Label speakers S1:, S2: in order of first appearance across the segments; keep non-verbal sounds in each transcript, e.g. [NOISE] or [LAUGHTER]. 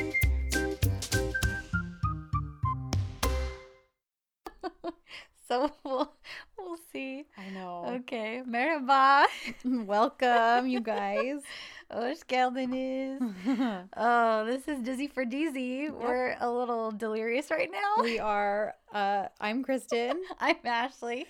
S1: [LAUGHS] so we'll we'll see.
S2: I know.
S1: Oh. Okay. [LAUGHS] Merhaba.
S2: Welcome, you guys.
S1: [LAUGHS]
S2: [LAUGHS]
S1: Hoş geldiniz. Oh, this is Dizzy for Dizzy. We're a little delirious right now.
S2: we are. Uh, I'm Kristen,
S1: [LAUGHS] I'm Ashley.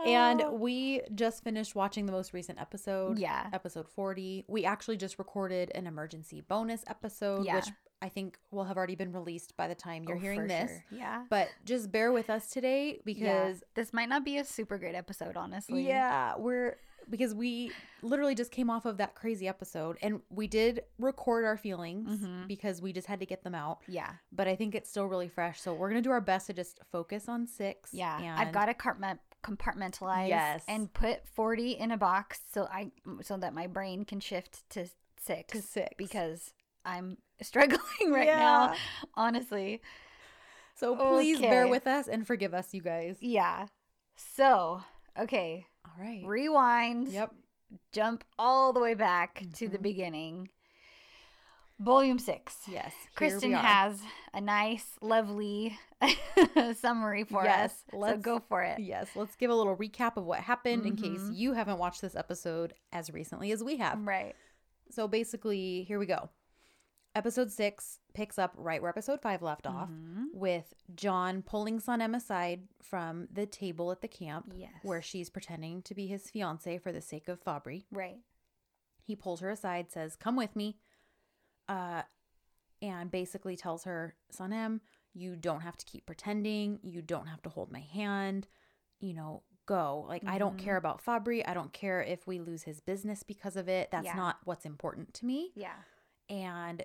S1: Oh.
S2: and we just finished watching the most recent episode.
S1: yeah.
S2: Episode 40. We actually just recorded an emergency bonus episode,
S1: Yeah.
S2: which I think will have already been released by the time you're
S1: Oh,
S2: hearing
S1: for
S2: this.
S1: sure. Yeah.
S2: But just bear with us today
S1: Yeah.
S2: because
S1: This might not be a super great episode, honestly.
S2: Yeah, we're because we literally just came off of that crazy episode and we did record our feelings
S1: Mhm.
S2: because we just had to get them out,
S1: Yeah.
S2: but I think it's still really fresh. So we're going to do our best to just focus on 6.
S1: Yeah.
S2: and-
S1: I've got to compartment compartmentalize
S2: Yes.
S1: and put 40 in a box so I so that my brain can shift to 6
S2: to 6
S1: [LAUGHS] because I'm struggling right now,
S2: Yeah.
S1: honestly.
S2: So please bear
S1: Okay.
S2: with us and forgive us, you guys.
S1: Yeah. So, okay,
S2: All right.
S1: rewind.
S2: Yep.
S1: Jump all the way back to the
S2: Mhm.
S1: beginning. Volume 6.
S2: Yes. here
S1: Kristen
S2: we are.
S1: has a nice, lovely [LAUGHS] summary for
S2: Yes,
S1: us. So
S2: let's-
S1: go for it.
S2: Yes, let's give a little recap of what happened in case
S1: Mhm.
S2: you haven't watched this episode as recently as we have.
S1: Right. Mm-hmm.
S2: So basically, here we go. Episode six picks up right where episode five left off
S1: Mhm.
S2: with John pulling Son Em aside from the table at the camp
S1: Yes.
S2: where she's pretending to be his fiance for the sake of Fabry.
S1: Right.
S2: He pulls her aside, says, Come with me. Uh, and basically tells her, Son Em, you don't have to keep pretending. You don't have to hold my hand. You know, go. Like, I don't
S1: Mhm.
S2: care about Fabry. I don't care if we lose his business because of it. That's
S1: Yeah.
S2: not what's important to me
S1: Yeah.
S2: and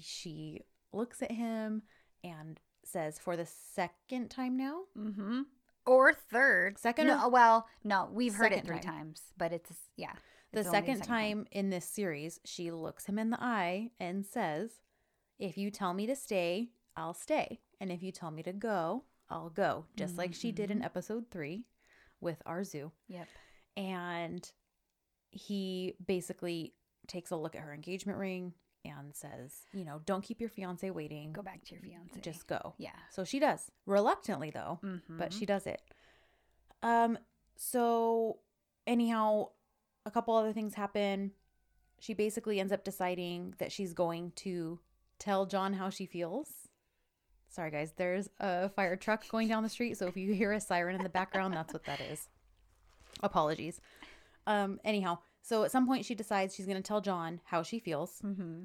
S2: she looks at him and says for the second time now
S1: Mm-hmm. Or third.
S2: Second
S1: No,
S2: or-
S1: well, no, we've heard it
S2: Second
S1: three
S2: time.
S1: times, but it's yeah.
S2: the
S1: it's only
S2: second time in this series she looks him in the eye and says if you tell me to stay i'll stay and if you tell me to go i'll go just like she did in episode 3 with arzu
S1: Mm-hmm. Yep.
S2: and he basically takes a look at her engagement ring and says you know don't keep your fiance waiting
S1: Go back to your fiance.
S2: just go
S1: yeah.
S2: so she does reluctantly though
S1: Mm-hmm.
S2: but she does it. Um, so anyhow, a couple other things happen. She basically ends up deciding that she's going to tell John how she feels. Sorry, guys, there's a fire truck going down the street, so if you hear a siren in the background, that's what that is. Apologies. Um, anyhow, so at some point she decides she's going to tell John how she feels
S1: Mm-hmm.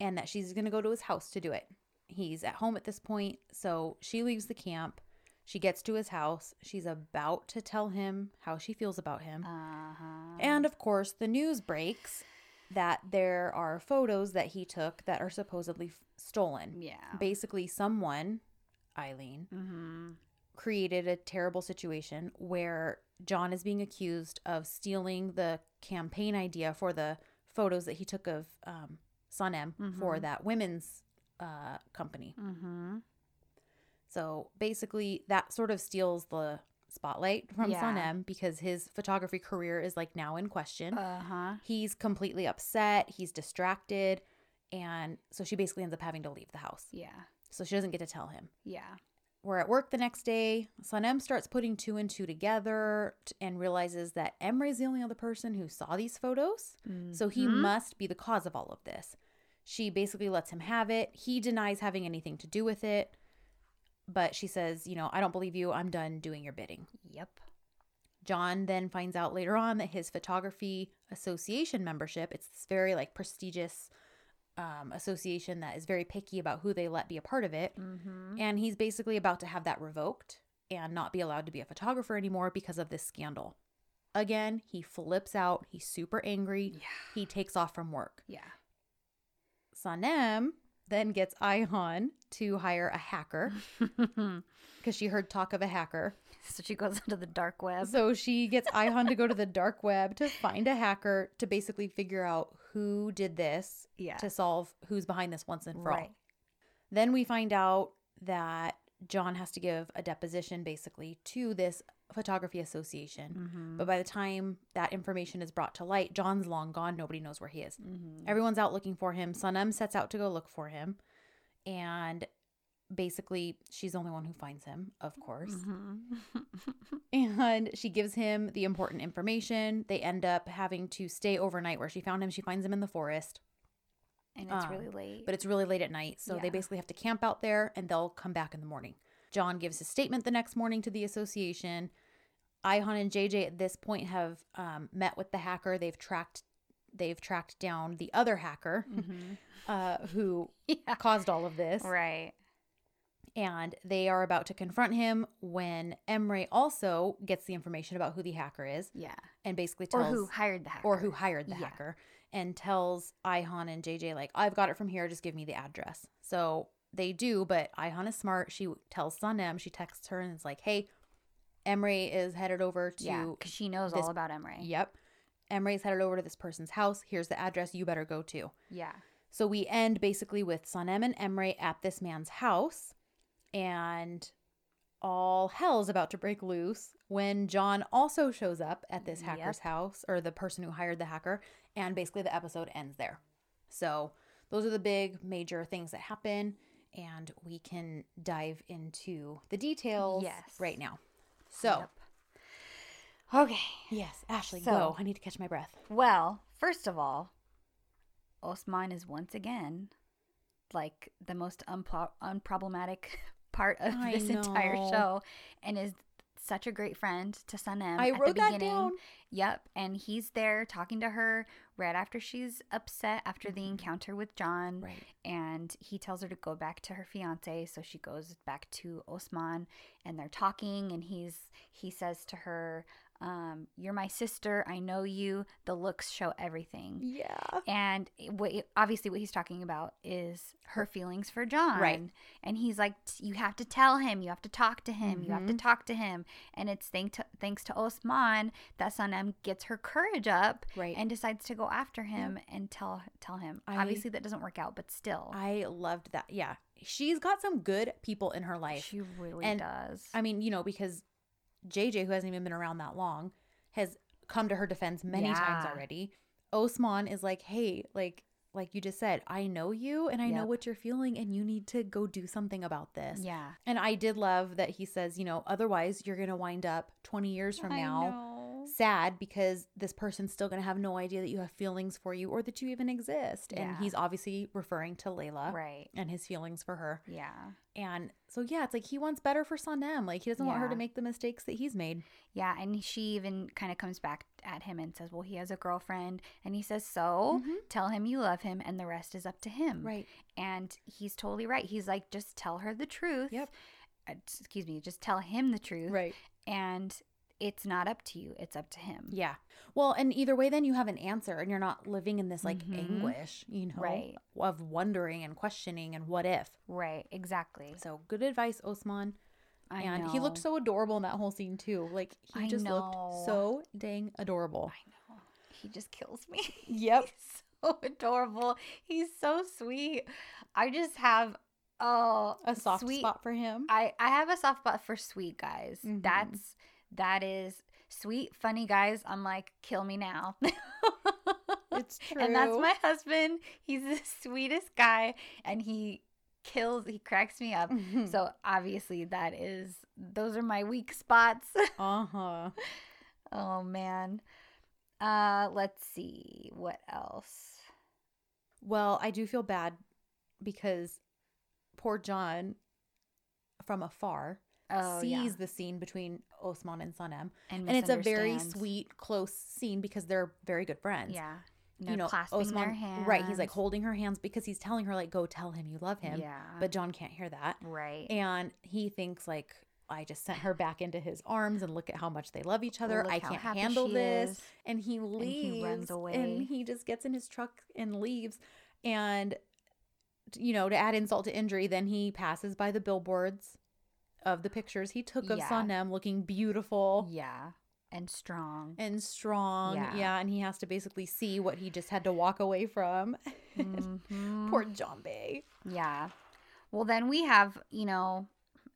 S2: and that she's going to go to his house to do it. He's at home at this point, so she leaves the camp. She gets to his house. She's about to tell him how she feels about him.
S1: Uh-huh.
S2: and of course, the news breaks that there are photos that he took that are supposedly f- stolen.
S1: yeah.
S2: Basically, someone, Eileen,
S1: mm-hmm.
S2: created a terrible situation where John is being accused of stealing the campaign idea for the photos that he took of um, Son M for
S1: Mhm.
S2: that women's uh, company.
S1: Mm-hmm.
S2: So basically, that sort of steals the spotlight from Son
S1: Yeah.
S2: M because his photography career is like now in question.
S1: Uh-huh.
S2: he's completely upset, he's distracted. And so she basically ends up having to leave the house.
S1: Yeah.
S2: So she doesn't get to tell him.
S1: Yeah.
S2: We're at work the next day. Sanem starts putting two and two together t- and realizes that Emre's the only other person who saw these photos. So he
S1: Mhm.
S2: must be the cause of all of this. She basically lets him have it. He denies having anything to do with it. But she says, You know, I don't believe you. I'm done doing your bidding.
S1: Yep.
S2: John then finds out later on that his photography association membership, it's this very like prestigious um, association that is very picky about who they let be a part of it.
S1: Mm-hmm.
S2: And he's basically about to have that revoked and not be allowed to be a photographer anymore because of this scandal. Again, he flips out. He's super angry.
S1: Yeah.
S2: He takes off from work.
S1: Yeah. [LAUGHS]
S2: Sanem then gets Ihan to hire
S1: [LAUGHS]
S2: a hacker because she heard talk of a hacker.
S1: so she goes into the dark web.
S2: So she gets Ihan to go to the dark web to find a hacker to basically figure out who did this
S1: yeah.
S2: to solve who's behind this once and for all.
S1: right.
S2: Then we find out that John has to give a deposition basically to this photography association.
S1: Mm-hmm.
S2: But by the time that information is brought to light, John's long gone. Nobody knows where he is.
S1: Mm-hmm.
S2: Everyone's out looking for him. Sonam sets out to go look for him. And basically she's the only one who finds him, of
S1: Mm-hmm.
S2: course. [LAUGHS] And she gives him the important information. They end up having to stay overnight where she found him. She finds him in the forest,
S1: and it's
S2: Um,
S1: really late.
S2: but it's really late at night. So they
S1: Yeah.
S2: basically have to camp out there and they'll come back in the morning. John gives his statement the next morning to the association. Ihan and JJ at this point have um, met with the hacker. They've tracked they've tracked down the other
S1: [LAUGHS]
S2: hacker uh, who
S1: Yeah.
S2: caused all of this.
S1: Mm. right.
S2: and they are about to confront him when Emre also gets the information about who the hacker is
S1: Yeah.
S2: and basically
S1: Or
S2: tells
S1: who hired the hacker?
S2: or who hired the
S1: Yeah.
S2: hacker and tells Ihan and JJ like I've got it from here just give me the address. So they do but Ihan is smart. She tells Sunem, she texts her and is like, "Hey, Emre is headed over to
S1: Yeah, because she knows
S2: this-
S1: all about Emery.
S2: Yep. Emre's headed over to this person's house. Here's the address you better go to."
S1: Yeah.
S2: So we end basically with Sanem and Emre at this man's house, and all hell's about to break loose when John also shows up at this hacker's
S1: Yep.
S2: house or the person who hired the hacker, and basically the episode ends there. So those are the big major things that happen, and we can dive into the details
S1: Yes.
S2: right now. So,
S1: Okay.
S2: yes, Ashley,
S1: So-
S2: go. I need to catch my breath.
S1: Well, first of all, Osman is once again like the most unpro- unproblematic [LAUGHS] part of
S2: I
S1: this entire
S2: know.
S1: show and is such a great friend to Sunem
S2: I
S1: Um, at the
S2: wrote that
S1: beginning.
S2: down.
S1: Yep, and he's there talking to her right after she's upset after the
S2: Mm-hmm.
S1: encounter with John.
S2: Right.
S1: and he tells her to go back to her fiance so she goes back to osman and they're talking and he's he says to her um, you're my sister i know you the looks show everything
S2: Yeah.
S1: and what, obviously what he's talking about is her feelings for john
S2: Right.
S1: and he's like "T- you have to tell him you have to talk to him you have to
S2: Mhm.
S1: talk to him and it's thank to, thanks to osman that sanem gets her courage up
S2: Right.
S1: and decides to go after him and tell tell him.
S2: I-
S1: Obviously, that doesn't work out, but still,
S2: I loved that. Yeah. She's got some good people in her life.
S1: she really
S2: and
S1: does.
S2: I mean, you know, because JJ, who hasn't even been around that long, has come to her defense many times
S1: Yeah.
S2: already. Osman is like, hey, like, like you just said, I know you and I know
S1: Yep.
S2: what you're feeling, and you need to go do something about this.
S1: yeah,
S2: And I did love that he says, you know, otherwise you're going to wind up 20 years from now sad because this person's still going to have no idea that you have feelings for you or that you even exist.
S1: Yeah.
S2: And he's obviously referring to Layla
S1: right?
S2: and his feelings for her.
S1: Yeah,
S2: And so, yeah, it's like he wants better for Sanem. Like, he doesn't want her to
S1: Yeah.
S2: make the mistakes that he's made.
S1: yeah. And she even kind of comes back at him and says, "Well, he has a girlfriend," and he says, "So
S2: Mhm.
S1: tell him you love him, and the rest is up to him."
S2: Right.
S1: And he's totally right. He's like, "Just tell her the truth."
S2: Yep.
S1: Uh, t- Excuse me. Just tell him the truth. [LAUGHS]
S2: Right.
S1: And it's not up to you. It's up to him.
S2: Yeah. Well, and either way, then you have an answer and you're not living in this like
S1: Mhm.
S2: anguish, you know,
S1: Right.
S2: of wondering and questioning and what if.
S1: Right. Exactly.
S2: So, good advice, Osman.
S1: I
S2: and he looked
S1: know.
S2: so adorable in that whole scene, too. Like, he
S1: I
S2: just
S1: know.
S2: looked so dang adorable.
S1: I know. He just kills me. [LAUGHS]
S2: Yep.
S1: He's so adorable. He's so sweet. I just have oh
S2: A soft
S1: sweet.
S2: spot
S1: [LAUGHS]
S2: for him.
S1: I I have a soft spot for sweet guys.
S2: Mhm.
S1: That's that is sweet, funny guys. I'm like, kill me now. [LAUGHS]
S2: it's true.
S1: and that's my husband. He's the [LAUGHS] sweetest guy, and he kills. He cracks me up.
S2: [LAUGHS]
S1: [LAUGHS]
S2: Mm-hmm.
S1: So obviously, that is those are my weak spots. [LAUGHS]
S2: uh huh.
S1: oh man. Uh, let's see what else.
S2: Well, I do feel bad because poor John from afar
S1: Oh,
S2: sees
S1: yeah.
S2: the scene between Osman and Sanem. And it's a very
S1: misunderstands.
S2: sweet, close scene because they're very good friends.
S1: Yeah. And they're clasping their hands.
S2: right? He's like holding her hands because he's telling her like, "Go tell him you love him."
S1: Yeah.
S2: But John can't hear that,
S1: right.
S2: and he thinks like, "I just sent her back into his arms, and look at how much they love each other.
S1: Look
S2: I
S1: how
S2: can't
S1: happy
S2: handle
S1: she
S2: this."
S1: is.
S2: and he leaves
S1: he runs away.
S2: and he just gets in his truck and leaves and t- you know to add insult to injury then he passes by the billboards of the pictures he took of
S1: Yeah.
S2: Sanem looking beautiful
S1: Yeah. And
S2: [LAUGHS]
S1: strong.
S2: and strong
S1: Yeah.
S2: yeah. and he has to basically see what he just had to walk away from [LAUGHS]
S1: Mhm.
S2: poor John Bay
S1: Yeah. Well, then we have, you know,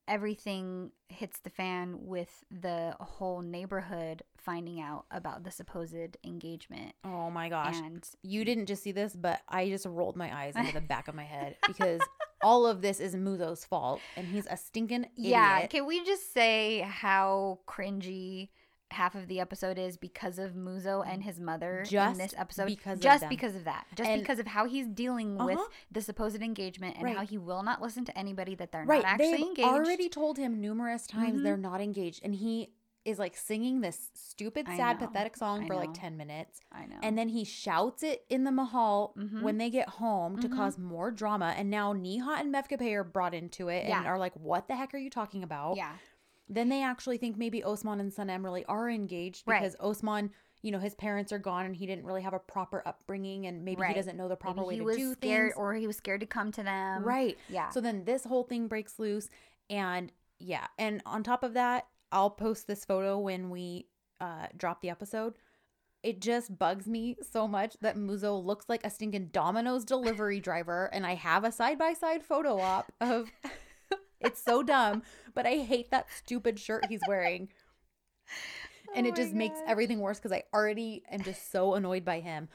S1: everything hits the fan with the whole neighborhood finding out about the supposed engagement.
S2: oh my gosh
S1: And [LAUGHS]
S2: you didn't just see this but I just rolled my eyes into the back of my head because all of this is Muzo's fault, and he's a stinking
S1: Yeah,
S2: idiot.
S1: can we just say how cringy half of the episode is because of Muzo and his mother
S2: Just
S1: in this episode?
S2: because of
S1: just
S2: them.
S1: because of that, just
S2: And-
S1: because of how he's dealing with
S2: Uh-huh.
S1: the supposed engagement and how
S2: Right.
S1: he will not listen to anybody that they're
S2: right,
S1: not actually
S2: they've
S1: engaged.
S2: already told him numerous times
S1: Mhm.
S2: they're not engaged, and he is like singing this stupid,
S1: I
S2: sad,
S1: know,
S2: pathetic song
S1: I
S2: for like
S1: know.
S2: ten minutes,
S1: I know.
S2: and then he shouts it in the mahal
S1: Mhm.
S2: when they get home to
S1: Mhm.
S2: cause more drama. And now Neha and Mevkape are brought into it
S1: Yeah.
S2: and are like, "What the heck are you talking about?"
S1: yeah,
S2: Then they actually think maybe Osman and Sanem really are engaged
S1: Right.
S2: because Osman, you know, his parents are gone and he didn't really have a proper upbringing and maybe he
S1: Right.
S2: doesn't know the proper
S1: Maybe
S2: way
S1: he
S2: to
S1: was
S2: do
S1: scared,
S2: things.
S1: or um, he was scared to come to them.
S2: right.
S1: Yeah.
S2: So then this whole thing breaks loose and yeah, and on top of that, I'll post this photo when we uh drop the episode. It just bugs me so much that Muzo looks like a stinking Domino's delivery driver and I have a side-by-side photo op of It's so dumb, but I hate that stupid shirt he's wearing and
S1: Oh
S2: it
S1: my
S2: just makes
S1: gosh.
S2: everything worse because I already am just so annoyed by him.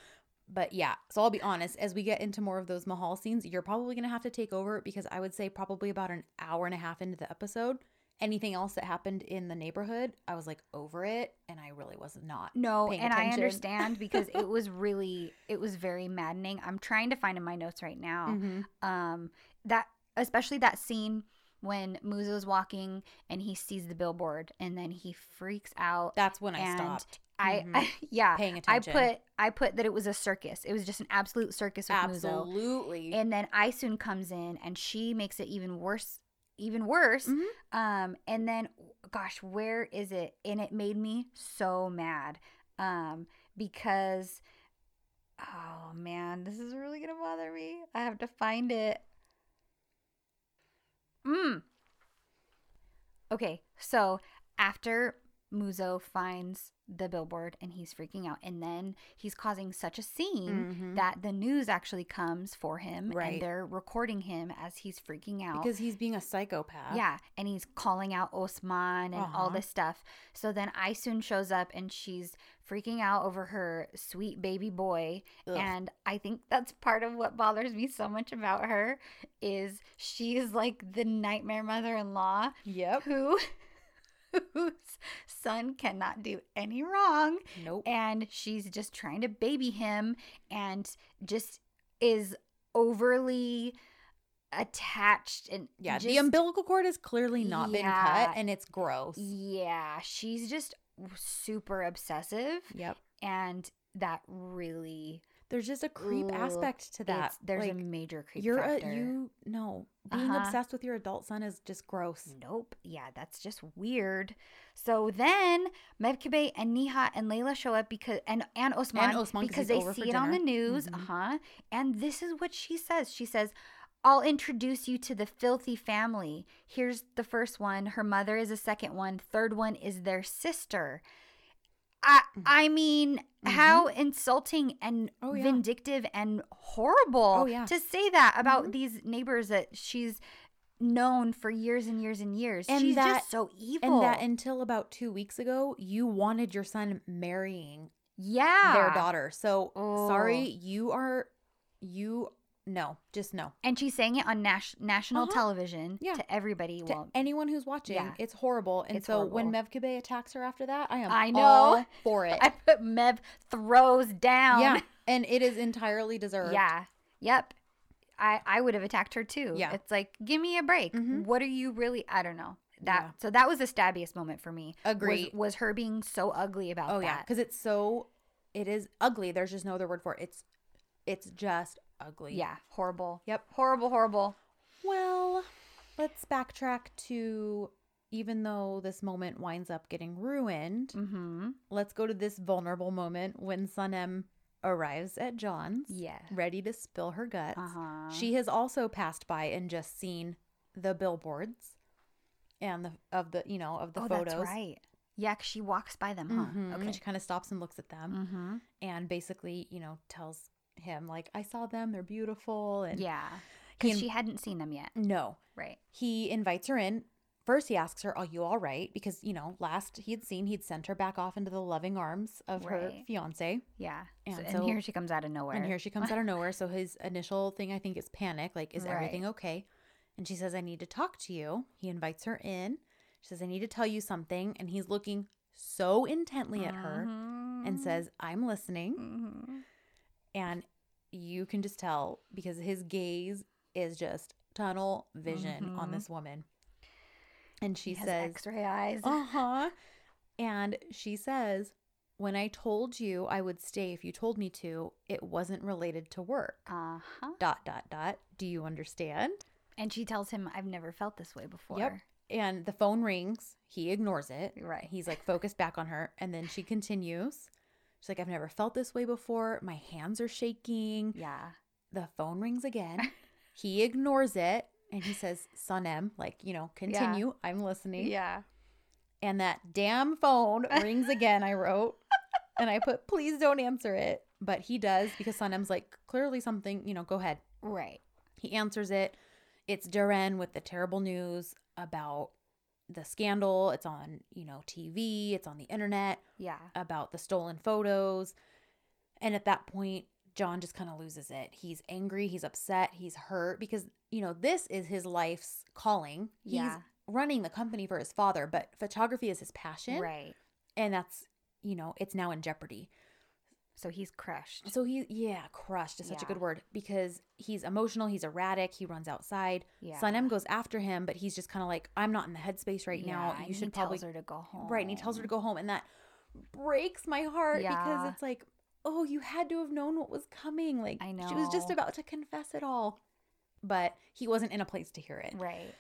S2: But yeah, so I'll be honest. As we get into more of those Mahal scenes, you're probably gonna have to take over because I would say probably about an hour and a half into the episode, anything else that happened in the neighborhood, I was like over it, and I really was not.
S1: No,
S2: paying
S1: and I
S2: attention.
S1: understand because [LAUGHS] it was really, it was very maddening. I'm trying to find in my notes right now.
S2: Mhm.
S1: um that especially that scene when Muzo's walking and he sees the billboard and then he freaks out.
S2: That's when I
S1: and
S2: stopped
S1: I,
S2: Mhm.
S1: [LAUGHS] yeah,
S2: paying
S1: I
S2: attention.
S1: put I put that it was a circus. It was just an absolute circus with Muzo.
S2: absolutely.
S1: And then Isun comes in and she makes it even worse, even worse.
S2: Mhm.
S1: Um, and then gosh, where is it? And it made me so mad. Um, because oh man, this is really gonna bother me. I have to find it. Mm. Okay, so after Muzo finds the billboard and he's freaking out, and then he's causing such a scene
S2: Mhm.
S1: that the news actually comes for him
S2: Right.
S1: and they're recording him as he's freaking out.
S2: because he's being a psychopath.
S1: Yeah, and he's calling out Osman and all
S2: Uh-huh.
S1: this stuff. So then Isun shows up and she's freaking out over her sweet baby boy.
S2: Ugh.
S1: And I think that's part of what bothers me so much about her is she's like the nightmare mother-in-law
S2: Yep.
S1: who [LAUGHS] whose son cannot do any wrong
S2: Nope.
S1: and she's just trying to baby him and just is overly attached and
S2: yeah.
S1: just,
S2: the umbilical cord has clearly not been
S1: Yeah.
S2: cut, and it's gross.
S1: yeah she's just super obsessive
S2: Yep.
S1: and that really
S2: There's just a creep
S1: Ugh,
S2: aspect to that.
S1: it's- there's a
S2: Like,
S1: major creep
S2: you're
S1: factor
S2: a you no being
S1: Uh-huh. Mm.
S2: obsessed with your adult son is just gross
S1: Nope. Yeah, that's just weird. So then Mevkabe and Niha and Layla show up because and and Osman,
S2: And Osman, 'cause
S1: because
S2: he's
S1: they
S2: over for
S1: see it on the
S2: dinner.
S1: news.
S2: Mhm.
S1: Uh-huh. And this is what she says. She says, "I'll introduce you to the filthy family. Here's the first one. Her mother is a second one. Third one is their sister." I I mean, how insulting and
S2: Mm-hmm. Oh, yeah.
S1: vindictive and horrible
S2: Oh, yeah. Mm-hmm.
S1: to say that about these neighbors that she's known for years and years and years.
S2: And
S1: She's
S2: that-
S1: just so evil.
S2: and that until about two weeks ago you wanted your son marrying
S1: yeah.
S2: their daughter so sorry
S1: Oh.
S2: you are you no just no
S1: And she's saying it on nas- national
S2: Uh-huh.
S1: television
S2: Yeah.
S1: to everybody.
S2: to e-
S1: well,
S2: anyone who's watching
S1: yeah.
S2: it's horrible and
S1: It's
S2: so when mevkabe attacks her after that i am
S1: I
S2: i
S1: know.
S2: know all for it
S1: [LAUGHS] [LAUGHS] I put Mev throws down.
S2: yeah and it is entirely
S1: [LAUGHS]
S2: deserved
S1: Yeah. Yep. I, I would have attacked her too.
S2: Yeah.
S1: It's like, give me a break.
S2: Mhm.
S1: What are you really? I don't know. That
S2: Yeah.
S1: so that was the stabbiest moment for me. was-
S2: Agree.
S1: Was, her being so ugly about
S2: oh
S1: that?
S2: yeah because it's so it is ugly there's just no other word for it it's it's just ugly
S1: Yeah. Horrible.
S2: Yep.
S1: Horrible. Horrible.
S2: Well, let's backtrack to even though this moment winds up getting ruined,
S1: Mm-hmm.
S2: let's go to this vulnerable moment when Sunem arrives at John's,
S1: Yeah.
S2: ready to spill her guts.
S1: Uh-huh.
S2: She has also passed by and just seen the billboards and the of the you know of the
S1: oh,
S2: photos.
S1: that's right. Yeah, 'cause she walks by them, huh?
S2: Mhm.
S1: Okay.
S2: She kind of stops and looks at them
S1: Mm-hmm.
S2: and basically, you know, tells him like, "I saw them. They're beautiful." And
S1: Yeah, because
S2: and-
S1: she hadn't seen them yet,
S2: no,
S1: right?
S2: he invites her in First, he asks her, Are you all right? Because, you know, last he had seen, he'd sent her back off into the loving arms of her
S1: Right.
S2: fiance.
S1: Yeah. So-
S2: And
S1: And,
S2: so-
S1: here she comes out of nowhere.
S2: And here she comes out of nowhere. So his initial thing, I think, is panic like, Is
S1: Right.
S2: everything okay? And she says, I need to talk to you. He invites her in. She says, I need to tell you something. And he's looking so intently at her and
S1: Mhm.
S2: says, I'm listening.
S1: Mhm.
S2: and you can just tell because his gaze is just tunnel vision on
S1: Mhm.
S2: this woman. And she
S1: He has
S2: says,
S1: [LAUGHS] X-ray eyes.
S2: "Uh huh," and she says, "When I told you I would stay if you told me to, it wasn't related to work."
S1: Uh huh.
S2: Dot dot dot. Do you understand?
S1: And she tells him, "I've never felt this way before."
S2: And the phone rings. He ignores it.
S1: Right.
S2: He's like focused back on her, and then she continues. She's like, "I've never felt this way before. My hands are shaking."
S1: Yeah.
S2: the phone rings again. he ignores it and he says, Son M, like, you know, continue. I'm listening.
S1: Yeah.
S2: And that damn phone rings again, I wrote. And I put, please don't answer it. But he does because Son M's like, clearly something, you know, go ahead.
S1: Right.
S2: He answers it. It's Duran with the terrible news about the scandal. It's on, you know, TV, it's on the internet
S1: Yeah.
S2: about the stolen photos. And at that point, John just kind of loses it. He's angry, he's upset, he's hurt because, you know, this is his life's calling.
S1: Yeah.
S2: He's running the company for his father, but photography is his passion.
S1: Right.
S2: And that's, you know, it's now in jeopardy.
S1: So he's crushed.
S2: So he, yeah, crushed is such a
S1: Yeah.
S2: good word because he's emotional, he's erratic, he runs outside.
S1: Yeah.
S2: Son M goes after him, but he's just kind of like, I'm not in the headspace right now.
S1: Yeah,
S2: You
S1: and he
S2: should probably
S1: tells her to go home.
S2: Right. And he tells her to go home. And that breaks my heart
S1: Yeah.
S2: because it's like, oh, you had to have known what was coming. Like,
S1: I
S2: She was just
S1: know.
S2: about to confess it all. But he wasn't in a place to hear it.
S1: Right.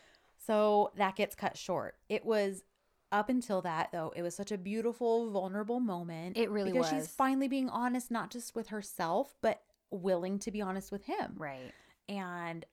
S2: So that gets cut short. It was up until that, though, it was such a beautiful, vulnerable moment.
S1: It really
S2: because
S1: was.
S2: she's finally being honest, not just with herself, but willing to be honest with him.
S1: Right.
S2: And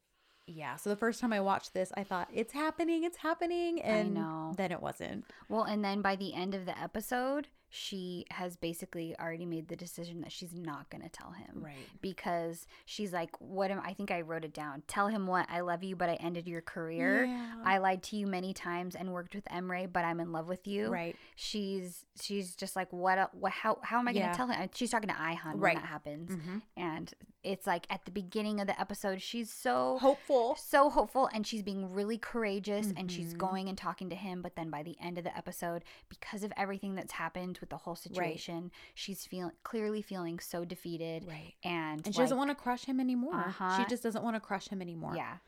S2: yeah, so the first time I watched this, I thought, it's happening, it's happening.
S1: I
S2: And
S1: know.
S2: then it wasn't.
S1: Well, and then by the end of the episode, she has basically already made the decision that she's not going to tell him.
S2: Right.
S1: Because she's like, what am I think I wrote it down. Tell him what I love you, but I ended your career.
S2: Yeah.
S1: I lied to you many times and worked with Emre, but I'm in love with you.
S2: Right.
S1: She's she's just like, what? el- What? How? How am I going
S2: Yeah.
S1: to tell him? She's talking to Ihan
S2: Right.
S1: when that happens,
S2: Mhm.
S1: and it's like at the beginning of the episode, she's so
S2: Hopeful.
S1: so hopeful and she's being really courageous and she's
S2: Mhm.
S1: going and talking to him but then by the end of the episode because of everything that's happened with the whole situation she's feeling clearly feeling so defeated
S2: Right.
S1: and
S2: And she doesn't want to crush him anymore. She
S1: Uh-huh.
S2: just doesn't want to crush him anymore.
S1: yeah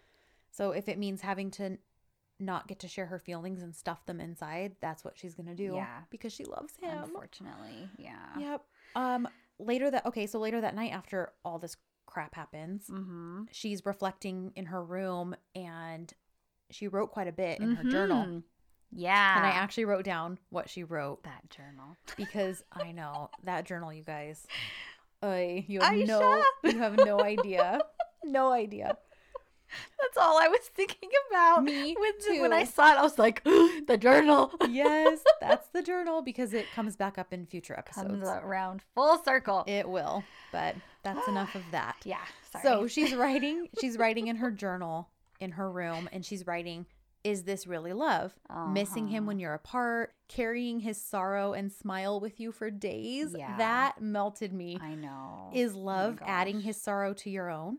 S2: So if it means having to not get to share her feelings and stuff them inside, that's what she's going to do.
S1: Yeah.
S2: Because she loves him.
S1: unfortunately yeah,
S2: Yep. Um later that okay, so later that night after all this crap happens,
S1: Mm-hmm.
S2: she's reflecting in her room and she wrote quite a bit in her journal.
S1: Mm-hmm. yeah
S2: And I actually wrote down what she wrote
S1: that journal
S2: because I know that journal, you guys. I you have
S1: Aisha!
S2: no you have
S1: [LAUGHS]
S2: no idea. no idea.
S1: that's all i was thinking about
S2: Me
S1: with
S2: too.
S1: when i saw it i was like the journal
S2: yes, that's the journal because it comes back up in future
S1: comes
S2: episodes.
S1: around full circle
S2: It will, but that's enough of that.
S1: yeah [GASPS] sorry
S2: So she's writing she's writing in her journal in her room and she's writing is this really love? Missing him
S1: Uh-huh.
S2: when you're apart, carrying his sorrow and smile with you for days.
S1: Yeah.
S2: That melted me.
S1: i know
S2: Is
S1: Oh my
S2: love adding
S1: gosh.
S2: his sorrow to your own?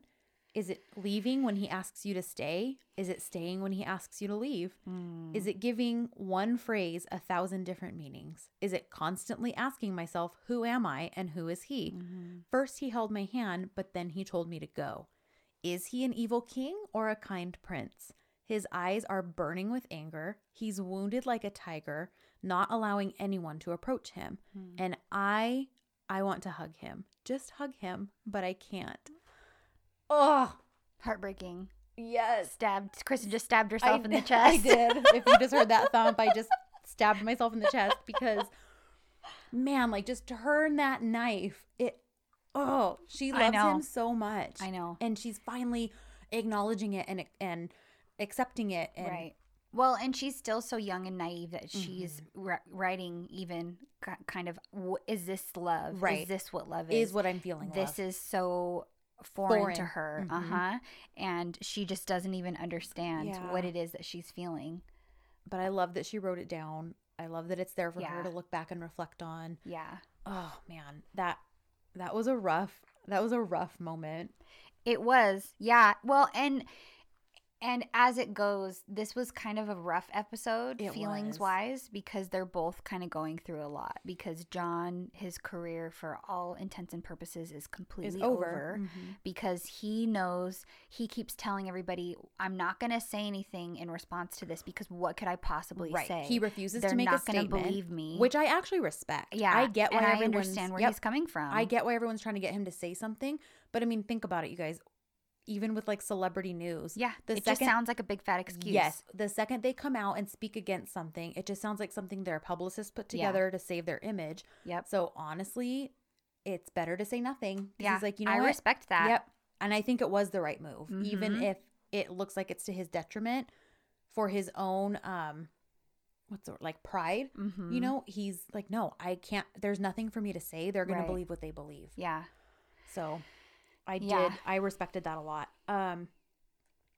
S2: Is it leaving when he asks you to stay? Is it staying when he asks you to leave?
S1: Mm.
S2: Is it giving one phrase a thousand different meanings? Is it constantly asking myself, who am I and who is he?
S1: Mhm.
S2: First, he held my hand, but then he told me to go. Is he an evil king or a kind prince? His eyes are burning with anger. He's wounded like a tiger, not allowing anyone to approach him.
S1: Mm.
S2: And I, I want to hug him. Just hug him, but I can't. Oh,
S1: Heartbreaking. Uh,
S2: yes.
S1: Stabbed. Kristen just stabbed herself [LAUGHS] in the
S2: d- [LAUGHS] I
S1: chest.
S2: did. if you just heard that thump, I just stabbed myself in the chest because, man, like just turn that knife. It, oh, she
S1: I
S2: loves him
S1: know.
S2: so much,
S1: I know.
S2: and she's finally acknowledging it and and accepting it. And
S1: right. Well, and she's still so young and naive that she's ri writing even ki- kind of, "W- is this love?
S2: Right.
S1: Is this what love is?
S2: is what I'm feeling.
S1: this
S2: This
S1: is so foreign, Mm-hmm. to
S2: Foreign.
S1: her. Uh-huh.
S2: Mhm.
S1: Uh huh. And she just doesn't even understand
S2: Yeah.
S1: what it is that she's feeling.
S2: But I love that she wrote it down. I love that it's there for her
S1: Yeah.
S2: to look back and reflect on.
S1: Yeah.
S2: Oh man, that that was a rough that was a rough moment.
S1: It was. Yeah. Well, and and as it goes, this was kind of a rough episode
S2: It
S1: feelings
S2: was.
S1: wise because they're both kind of going through a lot because John his career for all intents and purposes is
S2: Is
S1: completely
S2: over.
S1: over.
S2: Mhm.
S1: because he knows he keeps telling everybody i'm not going to say anything in response to this because what could i possibly
S2: Right.
S1: say
S2: He refuses
S1: they're
S2: to make
S1: not
S2: a
S1: gonna
S2: statement,
S1: believe me
S2: which I actually respect.
S1: yeah
S2: I get why
S1: and i
S2: everyone's-
S1: understand where
S2: yep,
S1: he's coming from
S2: I get why everyone's trying to get him to say something, but I mean, think about it, you guys. Even with like celebrity news,
S1: yeah
S2: The
S1: it just
S2: second-
S1: sounds like a big fat excuse
S2: Yes, the second they come out and speak against something, it just sounds like something their publicist put
S1: Yeah.
S2: together to save their image.
S1: yep
S2: So honestly, it's better to say nothing. 'Cause
S1: yeah
S2: he's like you know
S1: i
S2: what?
S1: respect that
S2: Yep, and I think it was the right move, even
S1: Mhm.
S2: if it looks like it's to his detriment for his own um, what's the word? like pride.
S1: mm-hmm.
S2: You know, he's like, no, I can't. There's nothing for me to say. They're gonna
S1: Right.
S2: believe what they believe.
S1: yeah
S2: So I
S1: Yeah.
S2: did I respected that a lot. Um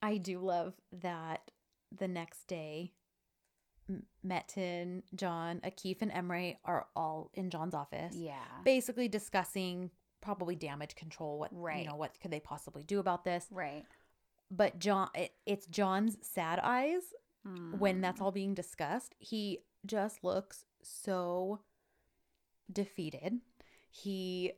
S2: I do love that the next day M- Metin, John, Akeef and Emre are all in John's office
S1: yeah
S2: basically discussing probably damage control what
S1: Right.
S2: you know what could they possibly do about this
S1: right
S2: but John it, it's John's sad eyes when
S1: Mm.
S2: that's all being discussed, he just looks so defeated. He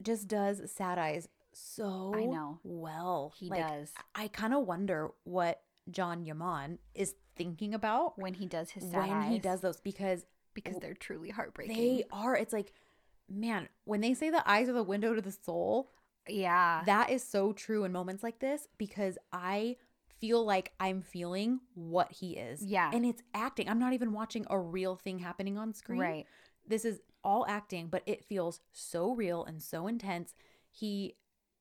S2: just does sad eyes so
S1: know.
S2: well.
S1: he
S2: Like,
S1: does
S2: I kind of wonder what John Yaman is thinking about
S1: when he does his sad
S2: when he
S1: eyes,
S2: does those because
S1: because they're truly heartbreaking
S2: they are. It's like, man, when they say the eyes are the window to the soul,
S1: yeah
S2: that is so true in moments like this because I feel like I'm feeling what he is.
S1: Yeah.
S2: And it's acting. I'm not even watching a real thing happening on screen.
S1: right
S2: This is all acting, but it feels so real and so intense. He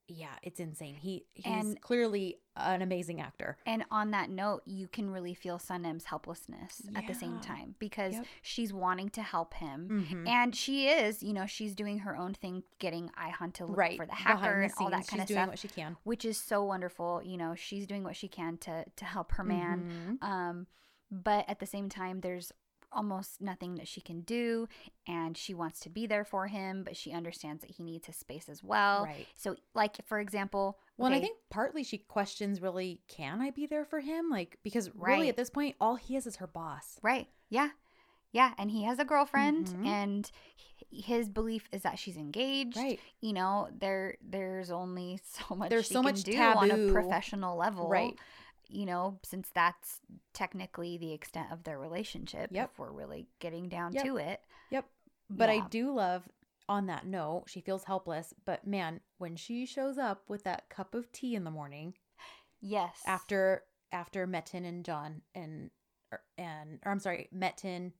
S2: yeah, it's insane. He he's
S1: And-
S2: clearly an amazing actor.
S1: And on that note, you can really feel Sunem's helplessness at the same
S2: Yeah.
S1: time because
S2: Yep.
S1: she's wanting to help him.
S2: Mhm.
S1: And she is, you know, she's doing her own thing, getting Ihan to look
S2: Right.
S1: for the
S2: Behind
S1: hacker and all
S2: scenes,
S1: that kind
S2: she's
S1: of
S2: doing
S1: stuff,
S2: what she can.
S1: which is so wonderful. You know, she's doing what she can to to help her man.
S2: Mhm.
S1: Um, but at the same time, there's almost nothing that she can do, and she wants to be there for him, but she understands that he needs his space as well.
S2: Right.
S1: So, like for example,
S2: Well, and I
S1: okay,
S2: think partly she questions really, can I be there for him? Like, because really
S1: Right.
S2: at this point, all he is is her boss.
S1: Right. Yeah. Yeah. And he has a girlfriend,
S2: Mhm.
S1: and h- his belief is that she's engaged.
S2: Right.
S1: You know, there there's only [LAUGHS] so much
S2: There's
S1: she
S2: so
S1: can
S2: much
S1: do on a
S2: taboo.
S1: professional level.
S2: Right.
S1: You know, since that's technically the extent of their relationship,
S2: Yep.
S1: if we're really getting down
S2: Yep.
S1: to it.
S2: Yep. But
S1: Yeah.
S2: I do love on that note, she feels helpless. But man, when she shows up with that cup of tea in the morning
S1: Yes.
S2: after after Metin and John and or- and or I'm sorry, Metin,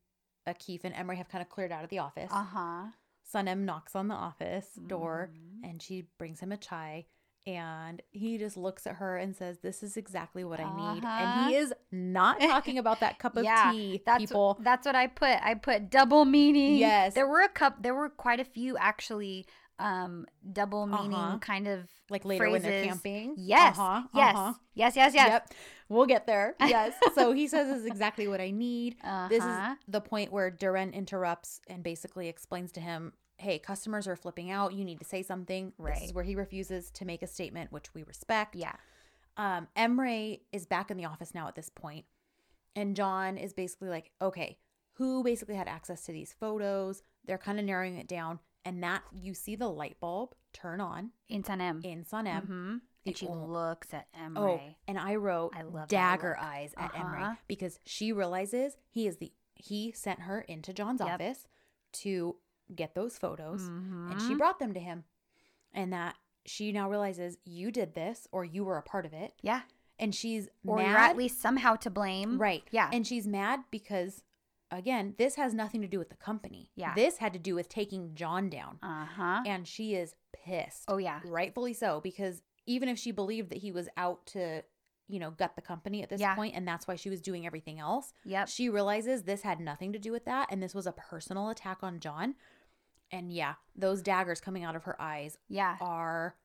S2: Akeef, and Emery have kind of cleared out of the office.
S1: Uh huh.
S2: Sunem knocks on the office door
S1: Mm-hmm. Mm.
S2: and she brings him a chai. And he just looks at her and says, This is exactly what I need. And he
S1: Uh-huh.
S2: is not talking
S1: [LAUGHS]
S2: about that cup of
S1: Yeah,
S2: tea,
S1: That's
S2: people.
S1: that's what I put. I put double meaning.
S2: Yes.
S1: There were a cup. There were quite a few actually. Um, double meaning
S2: Uh-huh.
S1: kind of
S2: Like later when they're
S1: phrases.
S2: camping.
S1: Yes.
S2: Uh-huh,
S1: Yes.
S2: uh-huh.
S1: Yes. Yes. Yes.
S2: Yep. We'll get
S1: [LAUGHS]
S2: there. Yes. so he says this is exactly what I need.
S1: Uh-huh.
S2: This is the point where Duran interrupts and basically explains to him, hey, customers are flipping out. You need to say something. This
S1: Right.
S2: is where he refuses to make a statement, which we respect.
S1: yeah.
S2: Um, Emre is back in the office now at this point, And John is basically like, okay, who basically had access to these photos? They're kind of narrowing it down. And that you see the light bulb turn on
S1: In Sanem.
S2: in Sun M.
S1: Mm-hmm.
S2: The
S1: And she
S2: ol-
S1: looks at
S2: Oh,
S1: Emre.
S2: and I wrote
S1: I love that
S2: dagger
S1: look.
S2: eyes at
S1: Uh-huh.
S2: Emery because she realizes he is the he sent her into John's
S1: Yep.
S2: office to get those photos and she
S1: Mhm.
S2: brought them to him. And that she now realizes you did this or you were a part of it
S1: yeah.
S2: and she's
S1: Or
S2: mad
S1: you're at least somehow to blame.
S2: right.
S1: Yeah.
S2: And she's mad because again, this has nothing to do with the company.
S1: Yeah.
S2: This had to do with taking John down.
S1: Uh huh.
S2: And she is pissed
S1: Oh yeah.
S2: rightfully so because even if she believed that he was out to you know gut the company at this
S1: Yeah.
S2: point, and that's why she was doing everything else
S1: Yep.
S2: she realizes this had nothing to do with that and this was a personal attack on john and yeah those daggers coming out of her eyes
S1: Yeah.
S2: are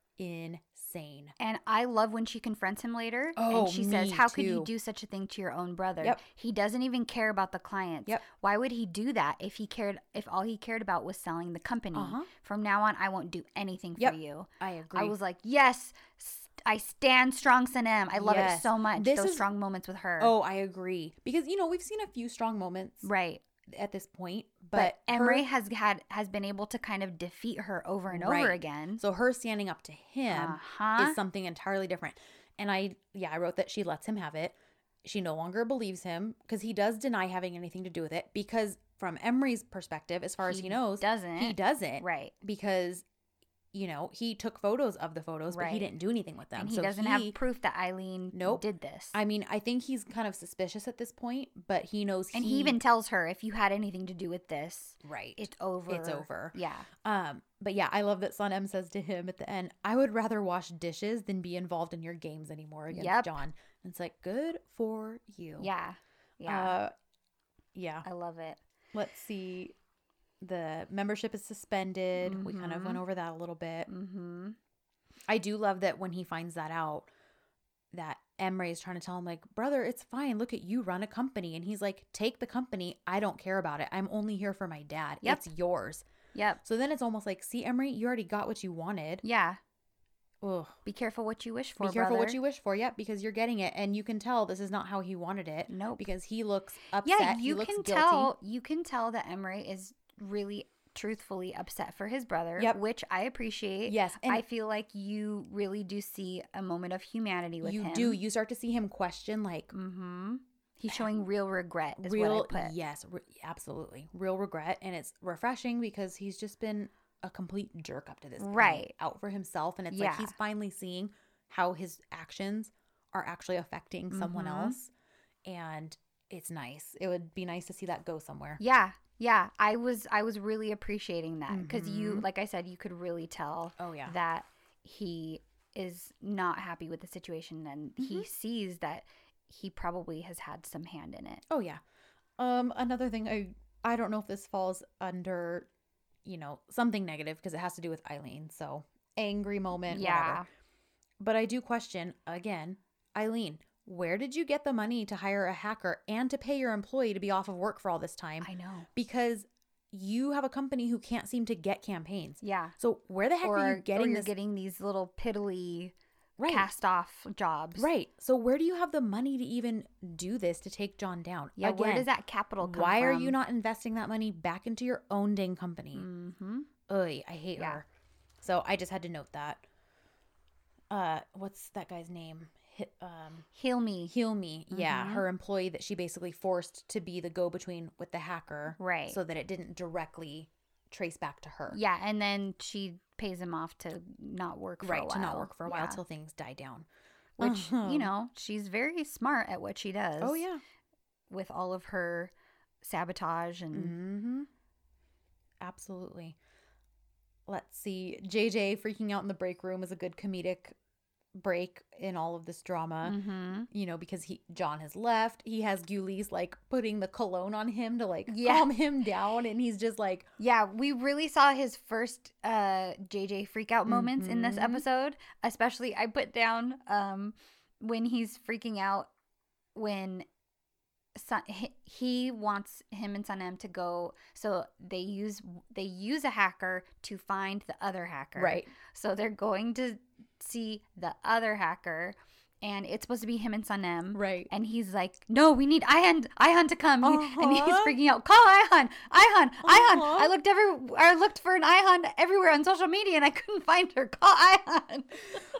S2: insane.
S1: And I love when she confronts him later
S2: Oh,
S1: and she says,
S2: me
S1: How could you
S2: too.
S1: do such a thing to your own brother?
S2: Yep.
S1: He doesn't even care about the clients.
S2: Yep.
S1: Why would he do that if he cared if all he cared about was selling the company?
S2: Uh-huh.
S1: From now on I won't do anything
S2: Yep.
S1: for you.
S2: I agree.
S1: I was like, Yes, st- I stand strong Sanem. I love it
S2: Yes.
S1: so much.
S2: This
S1: Those
S2: is-
S1: strong moments with her.
S2: oh, I agree. Because you know, we've seen a few strong moments
S1: Right.
S2: at this point,
S1: But,
S2: but,
S1: Emery
S2: her-
S1: has had has been able to kind of defeat her over and over
S2: Right.
S1: again.
S2: so her standing up to him
S1: uh-huh.
S2: is something entirely different. And I, yeah, I wrote that she lets him have it. She no longer believes him because he does deny having anything to do with it. Because from Emery's perspective, as far as he knows,
S1: doesn't
S2: he doesn't.
S1: right.
S2: Because, you know, he took photos of the photos, but he
S1: Right.
S2: didn't do anything with them.
S1: and he
S2: So
S1: doesn't have
S2: he-
S1: proof that Eileen
S2: Nope.
S1: did this.
S2: I mean, I think he's kind of suspicious at this point, but he knows
S1: and he even tells her if you had anything to do with this,
S2: right.
S1: it's over.
S2: It's over.
S1: Yeah.
S2: Um, but yeah, I love that Son M says to him at the end, I would rather wash dishes than be involved in your games anymore against
S1: Yep.
S2: John. And it's like, good for you.
S1: Yeah. Yeah.
S2: Uh, yeah.
S1: I love it.
S2: Let's see. The membership is suspended. We kind of
S1: Mhm.
S2: went over that a little bit.
S1: Mm-hmm.
S2: I do love that when he finds that out, that Emre is trying to tell him, like, brother, it's fine. Look at you run a company. And he's like, take the company. I don't care about it. I'm only here for my dad.
S1: Yep.
S2: It's yours.
S1: Yep.
S2: So then it's almost like, see, Emre, you already got what you wanted.
S1: Yeah.
S2: Ugh.
S1: Be careful what you wish for.
S2: Be careful
S1: brother.
S2: what you wish for, yeah, because you're getting it, and you can tell this is not how he wanted it.
S1: Nope.
S2: because he looks upset.
S1: Yeah,
S2: he
S1: you
S2: looks
S1: can
S2: guilty.
S1: tell. You can tell that Emery is really truthfully upset for his brother.
S2: Yep.
S1: Which I appreciate.
S2: Yes, and-
S1: I feel like you really do see a moment of humanity with
S2: You
S1: him.
S2: do. You start to see him question, like
S1: Mm-hmm. He's
S2: [SIGHS]
S1: showing real regret. Is
S2: real,
S1: what I put.
S2: yes, re- absolutely, real regret, and it's refreshing because he's just been a complete jerk up to this point,
S1: Right.
S2: out for himself, and it's
S1: Yeah.
S2: like he's finally seeing how his actions are actually affecting someone
S1: Mhm.
S2: else, and it's nice. It would be nice to see that go somewhere.
S1: Yeah, yeah. I was I was really appreciating that because you,
S2: Mhm.
S1: like I said, you could really tell
S2: Oh yeah,
S1: that he is not happy with the situation, and
S2: Mm-hmm.
S1: he sees that he probably has had some hand in it.
S2: Oh yeah. Um another thing I I don't know if this falls under you know something negative because it has to do with Eileen. So angry moment yeah.
S1: yeah,
S2: whatever. But I do question again, Eileen, where did you get the money to hire a hacker and to pay your employee to be off of work for all this time?
S1: I know.
S2: Because you have a company who can't seem to get campaigns.
S1: Yeah,
S2: So where the heck
S1: or,
S2: are you
S1: or
S2: getting
S1: you're
S2: this
S1: getting these little piddly
S2: right?
S1: cast off jobs,
S2: Right. So where do you have the money to even do this to take John down?
S1: Yeah, where
S2: Again,
S1: does that capital come
S2: Why are you not investing that money back into your own dang company?
S1: Mm-hmm.
S2: Oy, I hate
S1: Yeah.
S2: her. So I just had to note that. Uh, what's that guy's name? Hi- Um,
S1: Heal me.
S2: Heal Me. Yeah,
S1: Mhm.
S2: her employee that she basically forced to be the go-between with the hacker,
S1: Right.
S2: So that it didn't directly trace back to her,
S1: Yeah, and then she pays him off to not work for a
S2: right?
S1: while.
S2: To not work for a while
S1: Yeah.
S2: till things die down.
S1: which
S2: Uh-huh.
S1: you know she's very smart at what she does
S2: Oh yeah.
S1: with all of her sabotage and
S2: Mm-hmm. Absolutely. Let's see. JJ freaking out in the break room is a good comedic break in all of this drama.
S1: Mhm.
S2: You know, because he John has left. He has Gulies like putting the cologne on him to like
S1: Yeah.
S2: calm him down, and he's just like,
S1: yeah we really saw his first uh jj freak out moments in this
S2: Mhm.
S1: episode especially i put down um when he's freaking out when Sun, he- he wants him and Sunem to go so they use they use a hacker to find the other hacker
S2: right,
S1: So they're going to see the other hacker, and it's supposed to be him and Sanem.
S2: right.
S1: And he's like, "No, we need Ihan, Ihan to come." He- And he's
S2: Uh-huh.
S1: freaking out. Call Ihan, Ihan, Ihan.
S2: Uh-huh.
S1: I looked every, I looked for an Ihan everywhere on social media, and I couldn't find her. Call Ihan.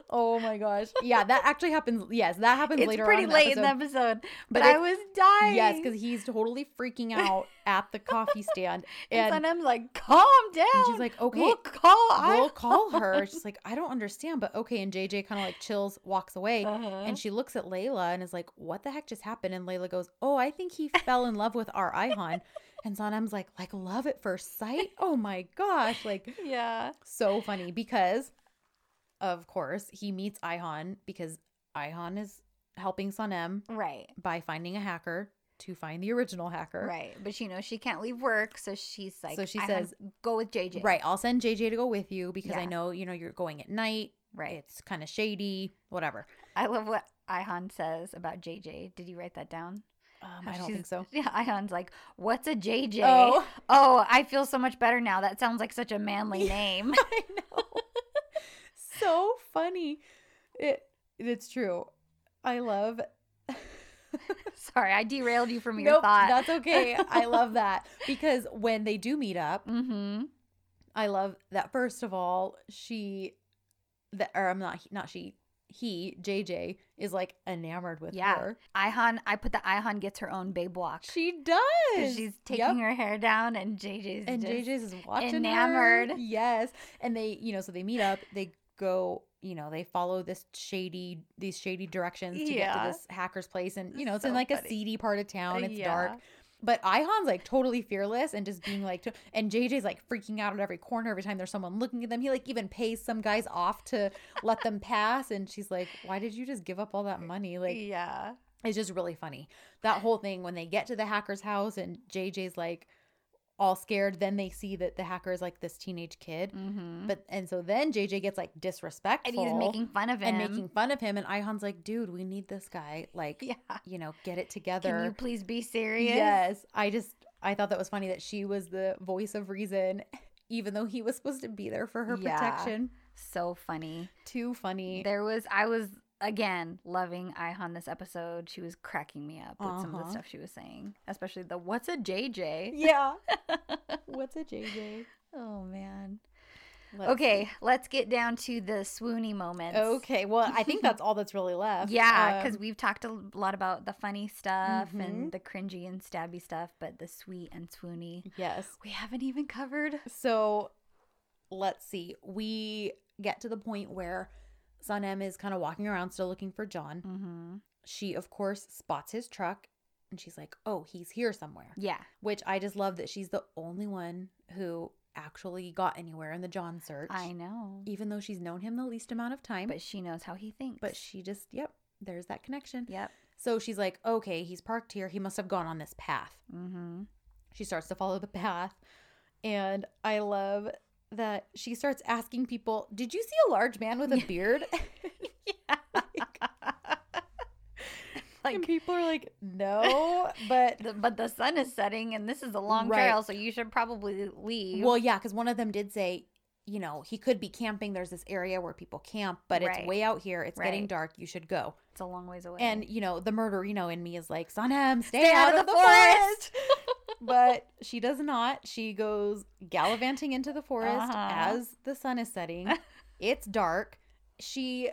S2: Oh my gosh, yeah, that actually happens. Yes, that happens
S1: It's
S2: later.
S1: pretty
S2: on
S1: late in
S2: episode.
S1: the episode, but,
S2: But
S1: I
S2: it's-
S1: was dying.
S2: Yes, because he's totally freaking out at the
S1: [LAUGHS]
S2: coffee stand, and,
S1: and Sanem's like, "Calm down."
S2: and she's like, "Okay,
S1: "We'll call
S2: we'll
S1: Ihan." [LAUGHS]
S2: call her. She's like, I don't understand, but okay. And JJ kind of like chills, walks away,
S1: Uh-huh.
S2: and she looks at Layla and is like, What the heck just happened? And Layla goes, Oh, I think
S1: [LAUGHS]
S2: he fell in love with our Ihan. and Sonam's like, like love at first sight. Oh my gosh, like
S1: yeah.
S2: so funny because, of course, he meets Ihan because Ihan is helping Sonam
S1: Right.
S2: by finding a hacker to find the original hacker.
S1: Right. But she knows she can't leave work, so she's like,
S2: So she
S1: "Ihan,
S2: says-
S1: go with JJ."
S2: Right. I'll send JJ to go with you because I
S1: Yeah.
S2: know, you know, you're going at night.
S1: Right.
S2: It's kind of shady, whatever.
S1: I love what Ihan says about JJ. Did you write that down? [LAUGHS]
S2: Um,
S1: How
S2: I don't
S1: she's-
S2: think so.
S1: Yeah, Ihan's like, what's a JJ?
S2: Oh,
S1: Oh, I feel so much better now. That sounds like such a manly name. [LAUGHS]
S2: [LAUGHS] [LAUGHS] I know. so funny. It it's true. I love [LAUGHS]
S1: Sorry, I derailed you from your
S2: Nope,
S1: thought.
S2: That's okay. [LAUGHS] I love that because when they do meet
S1: [LAUGHS]
S2: up,
S1: Mm-hmm.
S2: I love that. First of all, she, that or I'm not not she, he JJ is like enamored with
S1: Yeah.
S2: her.
S1: Ihan, I put that Ihan gets her own babe walk.
S2: She
S1: 'Cause
S2: does.
S1: She's
S2: Yep.
S1: taking her hair down, and JJ's
S2: and
S1: just,
S2: JJ's is watching Her.
S1: enamored.
S2: Yes, and they you know so they meet up. They go you know they follow this shady these shady directions to get
S1: Yeah.
S2: to this hacker's place, and you know it's in
S1: So
S2: like a
S1: funny.
S2: seedy part of town. It's dark.
S1: Yeah.
S2: But Ihan's like totally fearless and just being like, to- and JJ's like freaking out at every corner every time there's someone looking at them. He like even pays some guys off to let them pass. And she's like, why did you just give up all that money? Like,
S1: yeah.
S2: it's just really funny. That whole thing when they get to the hacker's house and JJ's like all scared, then they see that the hacker is like this teenage kid.
S1: Mm-hmm.
S2: But, and so then JJ gets like
S1: And
S2: disrespectful
S1: he's making fun of him.
S2: and making fun of him. And Ihan's like, dude, we need this guy. Like,
S1: [LAUGHS] yeah.
S2: you know, get it together.
S1: Can you please be serious?
S2: Yes, I just I thought that was funny that she was the voice of reason, [LAUGHS] even though he was supposed to be there for her
S1: Yeah.
S2: protection.
S1: So funny.
S2: Too funny.
S1: There was I was again loving Ihan this episode. She was cracking me up with some of
S2: Uh-huh.
S1: the stuff she was saying, especially the "What's a JJ?" [LAUGHS]
S2: yeah. What's a JJ?
S1: Oh man.
S2: Let's
S1: okay, let's get down to the swoony moments.
S2: see. Okay. Well, I think that's all
S1: [LAUGHS]
S2: that's really left.
S1: Yeah,
S2: Um,
S1: because we've talked a lot about the funny stuff
S2: Mhm.
S1: and the cringy and stabby stuff, but the sweet and swoony
S2: yes.
S1: we haven't even covered.
S2: So let's see. We get to the point where Sun M is kind of walking around still looking for John.
S1: Mm-hmm.
S2: She of course spots his truck and she's like, "Oh, he's here somewhere."
S1: Yeah,
S2: which I just love that she's the only one who actually got anywhere in the John search.
S1: I know,
S2: Even though she's known him the least amount of time, but,
S1: but she knows how he thinks.
S2: she just, yep, there's that connection.
S1: yep.
S2: So she's like, okay, he's parked here. He must have gone on this path.
S1: Mm-hmm.
S2: She starts to follow the path. And I love that she starts asking people, did you see a large man with [LAUGHS] a beard? and
S1: like
S2: people are like, [LAUGHS] no, but.
S1: the, but the sun is setting and this is a long
S2: Right.
S1: trail so you should probably leave
S2: Well, yeah, because one of them did say, you know, he could be camping. There's this area where people camp, but it's
S1: Right.
S2: way out here. It's getting
S1: Right.
S2: dark. You should go.
S1: it's a long ways away
S2: And you know, the murderino in me is like, Sonam, stay,
S1: Stay
S2: out, of the, forest. but she does not. She goes gallivanting into the forest
S1: Uh-huh.
S2: as the sun is
S1: [LAUGHS]
S2: setting. it's dark. She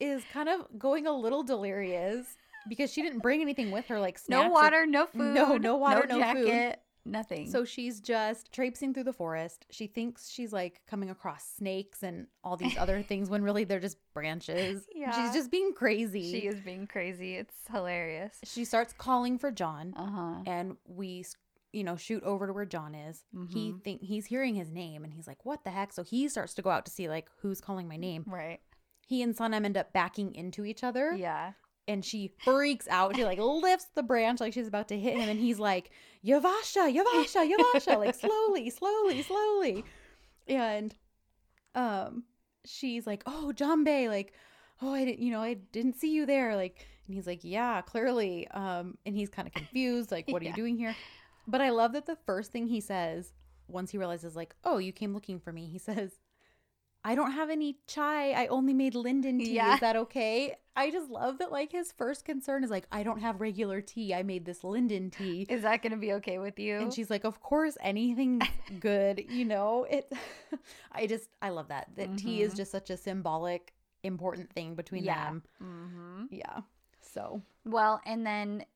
S2: is kind of going a little delirious because she didn't bring anything with her, like snacks
S1: no
S2: or-
S1: water no food
S2: [LAUGHS] No, no water, no food.
S1: jacket nothing
S2: So she's just traipsing through the forest. She thinks she's like coming across snakes and all these
S1: [LAUGHS]
S2: other things when really they're just branches.
S1: Yeah.
S2: She's just being crazy.
S1: she is being crazy it's hilarious
S2: She starts calling for John
S1: uh-huh
S2: and we you know shoot over to where John is.
S1: Mm-hmm.
S2: He think he's hearing his name and he's like what the heck? So he starts to go out to see like who's calling my name.
S1: right
S2: He and Sonam end up backing into each other
S1: yeah
S2: and she freaks out. She like lifts the branch like she's about to hit him, and he's like, Yavasha, Yavasha, Yavasha, like slowly, slowly, slowly. And um she's like, Oh, Jambe, like, oh, I didn't, you know, I didn't see you there. Like, and he's like, Yeah, clearly. Um, and he's kind of confused, like, what are you
S1: Yeah.
S2: doing here? But I love that the first thing he says, once he realizes, like, oh, you came looking for me, he says, I don't have any chai. I only made Linden tea.
S1: Yeah.
S2: Is that okay? I just love that, like, his first concern is, like, I don't have regular tea. I made this Linden tea.
S1: is that gonna be okay with you
S2: And she's like, of course, anything good, you know? It. [LAUGHS] I just, I love that. That tea is
S1: Mhm.
S2: just such a symbolic, important thing between
S1: Yeah.
S2: them.
S1: mm-hmm.
S2: Yeah. So,
S1: Well, and then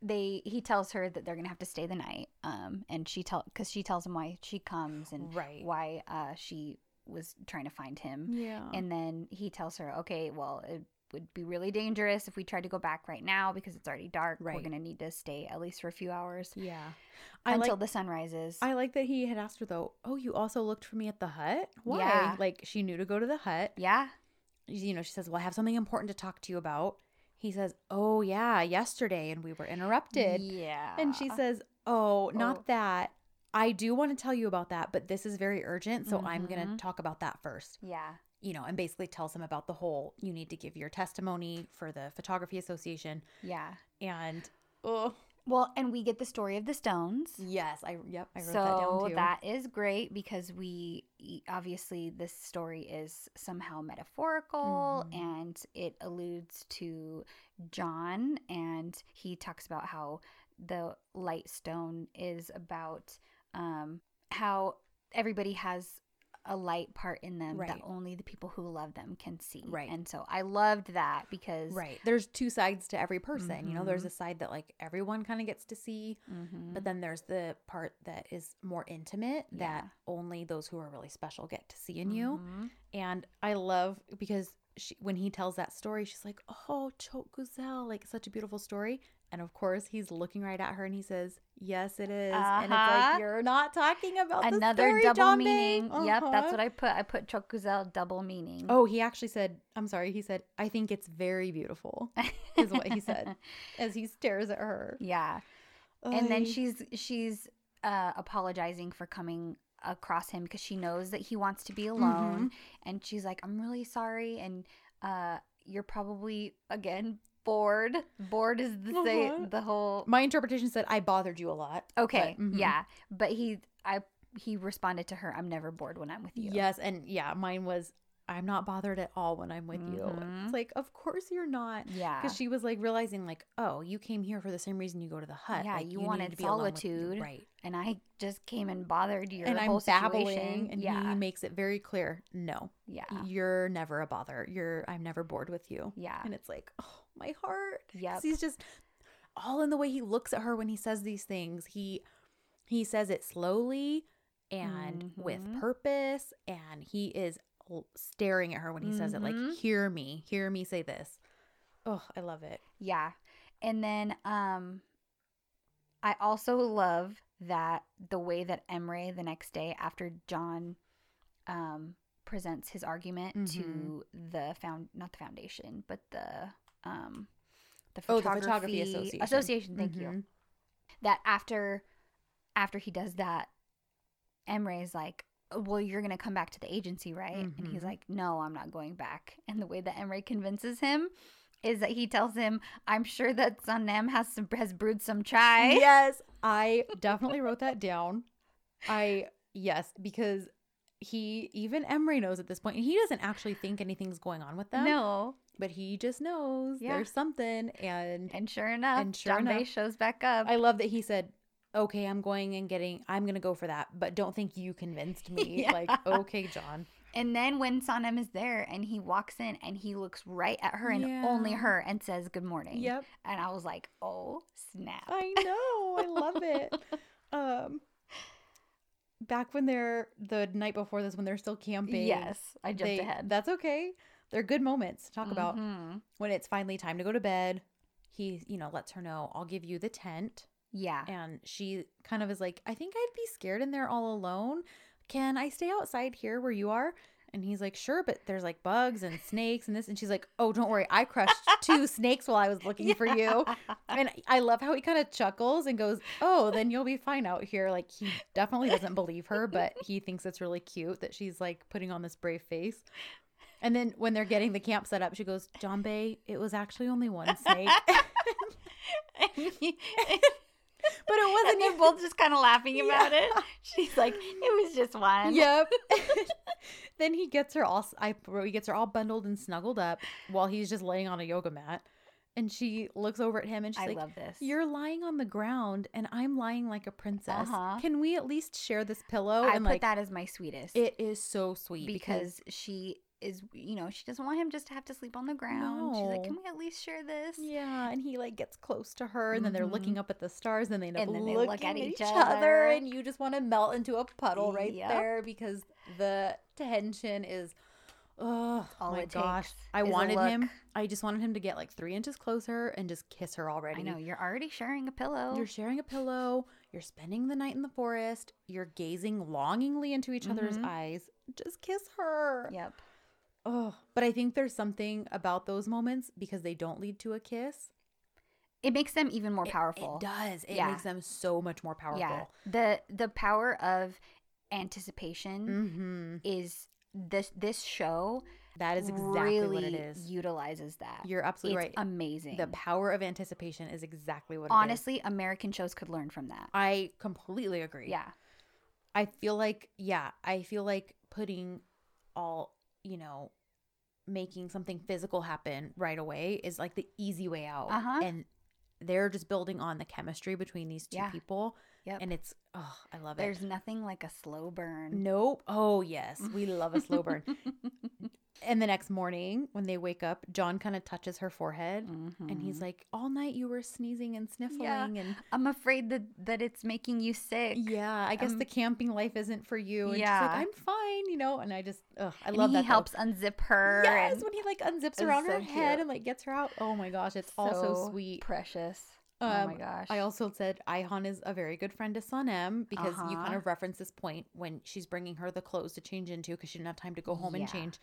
S1: they he tells her that they're gonna have to stay the night. Um, and she tell because she tells him why she comes and
S2: Right.
S1: why uh she was trying to find him.
S2: yeah.
S1: And then he tells her, okay, well it would be really dangerous if we tried to go back right now because it's already dark. We're
S2: Right.
S1: gonna need to stay at least for a few hours
S2: yeah. I like
S1: until the sun rises.
S2: I like that he had asked her though. Oh, you also looked for me at the hut. Why?
S1: Yeah.
S2: Like she knew to go to the hut.
S1: yeah,
S2: You know, she says, "Well, I have something important to talk to you about." He says, "Oh yeah, yesterday, and we were interrupted."
S1: yeah.
S2: And she says, "Oh, not
S1: Oh.
S2: that. I do want to tell you about that, but this is very urgent, so I'm gonna
S1: Mhm.
S2: talk about that first.
S1: yeah,
S2: you know, and basically tells him about the whole you need to give your testimony for the photography association.
S1: Yeah.
S2: And oh,
S1: Well, and we get the story of the stones.
S2: yes, I yep, I wrote that
S1: so
S2: down too.
S1: that is great because we e, obviously this story is somehow metaphorical
S2: Mhm.
S1: and it alludes to John and he talks about how the light stone is about um, how everybody has a light part in them that
S2: Right.
S1: only the people who love them can see.
S2: Right.
S1: And so I loved that because
S2: right. There's two sides to every person. You know, there's
S1: Mhm.
S2: a side that like everyone kind of gets to see,
S1: Mhm.
S2: But then there's the part that is more intimate that
S1: Yeah.
S2: only those who are really special get to see in you.
S1: Mhm.
S2: And I love because she, when he tells that story, she's like, "Oh, Chote Guzel, like such a beautiful story." And of course, he's looking right at her and he says, "Yes, it is." And it's
S1: Uh-huh.
S2: like you're not talking about the
S1: Another
S2: story,
S1: double
S2: John Bing."
S1: meaning. Yep, that's
S2: Uh-huh.
S1: what I put. I put Chokuzel double meaning.
S2: Oh, he actually said, "I'm sorry." He said, "I think it's very beautiful," is what
S1: [LAUGHS]
S2: he said as he stares at her.
S1: Yeah. And then
S2: Ay.
S1: she's she's uh apologizing for coming across him because she knows that he wants to be
S2: Mm-hmm.
S1: alone and she's like I'm really sorry and uh you're probably again bored. Bored is the say,
S2: Uh-huh.
S1: the whole
S2: My interpretation said, "I bothered you a lot." but-
S1: Okay,
S2: Mhm.
S1: yeah. But he I he responded to her I'm never bored when I'm with you.
S2: Yes, and yeah, mine was I'm not bothered at all when I'm with you.
S1: Mhm.
S2: It's like, of course you're not.
S1: Yeah.
S2: Because she was like realizing, like, oh, you came here for the same reason you go to the hut.
S1: Yeah,
S2: Like,
S1: you
S2: need
S1: wanted
S2: alone with you."
S1: solitude.
S2: right?
S1: and I just came and bothered your
S2: and
S1: whole
S2: I'm
S1: situation.
S2: babbling, and
S1: yeah.
S2: he makes it very clear, no,
S1: yeah.
S2: you're never a bother. You're, I'm never bored with you.
S1: Yeah.
S2: And it's like, oh, my heart. 'Cause
S1: Yep.
S2: He's just all in the way he looks at her when he says these things. He he says it slowly and with
S1: Mhm.
S2: purpose, and he is l- staring at her when he says it,
S1: Mhm.
S2: like, "Hear me, hear me say this." Oh, I love it.
S1: Yeah. And then um I also love that the way that Emre the next day after John um presents his argument to the found not the foundation, but the um the
S2: Oh,
S1: photography,
S2: the photography association.
S1: association, thank you.
S2: Mhm.
S1: That after after he does that, Emre is like well, you're going to come back to the agency, right? And he's
S2: Mhm.
S1: like, no, I'm not going back. And the way that Emre convinces him is that he tells him, I'm sure that Sonam has some, has brewed some chai.
S2: Yes, I definitely wrote that down. I yes, because he even Emery knows at this point, and he doesn't actually think anything's going on with
S1: [LAUGHS]
S2: them.
S1: No.
S2: but he just knows
S1: Yeah.
S2: there's something and
S1: And sure enough,
S2: And sure
S1: John Bay
S2: enough-
S1: shows back up.
S2: i love that he said okay i'm going and getting i'm gonna go for that but don't think you convinced [LAUGHS] me
S1: Yeah.
S2: like okay john
S1: and then when Sonam is there and he walks in and he looks right at her and only
S2: Yeah.
S1: her and says, good morning. And I was like, oh, snap.
S2: i know i love [LAUGHS] it um back when they're the night before this when they're still camping
S1: Yes. I jumped
S2: they-
S1: ahead.
S2: that's okay they're good moments to talk about
S1: Mhm.
S2: when it's finally time to go to bed he you know lets her know i'll give you the tent
S1: Yeah.
S2: And she kind of is like, I think I'd be scared in there all alone. Can I stay outside here where you are? And he's like, Sure, but there's like bugs and snakes and this. And she's like, Oh, don't worry. I crushed two snakes while I was looking for
S1: [LAUGHS]
S2: you. And I love how he kind of chuckles and goes, Oh, then you'll be fine out here. Like, he definitely doesn't believe her, but he thinks it's really cute that she's like putting on this brave face. And then when they're getting the camp set up, she goes, John Bay, it was actually only one snake. But it
S1: [LAUGHS] and
S2: wasn't
S1: they're both just kind of laughing about it.
S2: Yeah.
S1: She's like, it was just one. [LAUGHS]
S2: Yep. [LAUGHS] then he gets her all. I wrote, he gets her all bundled and snuggled up while he's just laying on a yoga mat, and she looks over at him and she's
S1: I
S2: like,
S1: love this.
S2: "You're lying on the ground, and I'm lying like a princess.
S1: Uh-huh.
S2: Can we at least share this pillow?"
S1: I
S2: and
S1: put
S2: like,
S1: that as my sweetest
S2: it is so sweet because,
S1: because she is, you know, she doesn't want him just to have to sleep on the ground. She's like,
S2: No.
S1: can we at least share this?
S2: yeah, and he like gets close to her, and then they're
S1: Mhm.
S2: looking up at the stars, and they end up
S1: And then they
S2: looking
S1: look
S2: at, each, other.
S1: other.
S2: and you just want to melt into a puddle right
S1: Yep.
S2: there because the tension is. Oh
S1: all
S2: my
S1: it
S2: gosh.
S1: takes
S2: I
S1: is a
S2: wanted him.
S1: look.
S2: I just wanted him to get like three inches closer and just kiss her already.
S1: I know you're already sharing a pillow.
S2: You're sharing a pillow. You're spending the night in the forest. You're gazing longingly into each other's
S1: Mhm.
S2: eyes. Just kiss her.
S1: yep.
S2: Oh, but I think there's something about those moments because they don't lead to a kiss.
S1: It makes them even more
S2: It-
S1: powerful.
S2: It, does. It
S1: Yeah.
S2: makes them so much more powerful.
S1: Yeah. The the power of anticipation
S2: Mm-hmm.
S1: is this this show
S2: That is exactly
S1: really
S2: what it is.
S1: utilizes that.
S2: You're
S1: it's
S2: absolutely right.
S1: amazing.
S2: the power of anticipation is exactly what it is.
S1: Honestly, American shows could learn from that.
S2: I completely agree.
S1: Yeah.
S2: I feel like yeah, I feel like putting all, you know, making something physical happen right away is like the easy way out.
S1: Uh-huh.
S2: And they're just building on the chemistry between these two
S1: Yeah.
S2: people
S1: Yep.
S2: and it's oh, I love
S1: There's
S2: it.
S1: nothing like a slow burn.
S2: Nope. Oh, yes. We love a
S1: [LAUGHS]
S2: slow burn. and the next morning when they wake up, John kind of touches her forehead and he's
S1: Mhm.
S2: like, All night you were sneezing and sniffling. And
S1: I'm afraid that that it's making you sick.
S2: yeah, I guess
S1: Um,
S2: the camping life isn't for you. And she's
S1: yeah.
S2: like, I'm fine, you know. And I just, ugh, I
S1: And
S2: love
S1: he
S2: that. though.
S1: helps unzip her.
S2: Yes,
S1: and
S2: when he like unzips
S1: It's
S2: around her
S1: so cute.
S2: head and like gets her out. Oh my gosh, it's all so
S1: so
S2: sweet.
S1: Precious.
S2: Um,
S1: oh my gosh.
S2: I also said Ihan is a very good friend to Sun M because you kind
S1: Uh-huh.
S2: of reference this point when she's bringing her the clothes to change into because she didn't have time to go home
S1: Yeah.
S2: and change.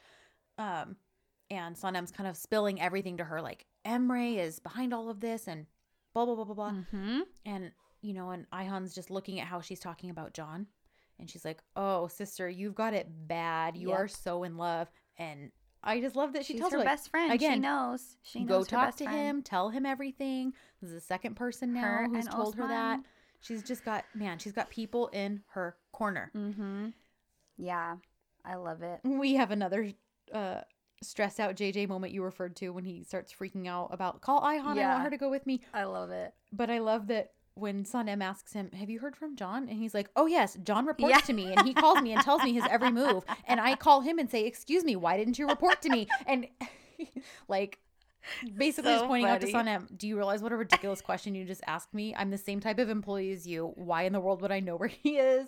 S2: Um, and Sun M's kind of spilling everything to her, like Emre is behind all of this and blah blah blah blah blah.
S1: hmm
S2: And you know, and Ihan's just looking at how she's talking about John, and she's like, "Oh, sister, you've got it bad. You are
S1: Yep.
S2: so in love." And I just love that she
S1: She's
S2: tells
S1: her
S2: like,
S1: best friend. she
S2: again,
S1: knows. She knows
S2: go
S1: her
S2: talk
S1: best
S2: to
S1: friend.
S2: him, tell him everything. This is the second person now
S1: Her
S2: who's
S1: and
S2: told her that.
S1: Osman.
S2: She's just got man, she's got people in her corner.
S1: Mm-hmm. Yeah, I love it.
S2: We have another uh stressed out JJ moment you referred to when he starts freaking out about call Ihan, I
S1: Yeah.
S2: want her to go with me.
S1: I love
S2: [LAUGHS]
S1: it.
S2: But I love that when Son M asks him, Have you heard from John? And he's like, Oh, yes, John reports
S1: Yeah.
S2: to me and he calls me and tells me his every move. And I call him and say, Excuse me, why didn't you report to me? And [LAUGHS] like, basically, just
S1: So
S2: pointing out to
S1: funny.
S2: Son M, Do you realize what a ridiculous question you just asked me? I'm the same type of employee as you. Why in the world would I know where he is?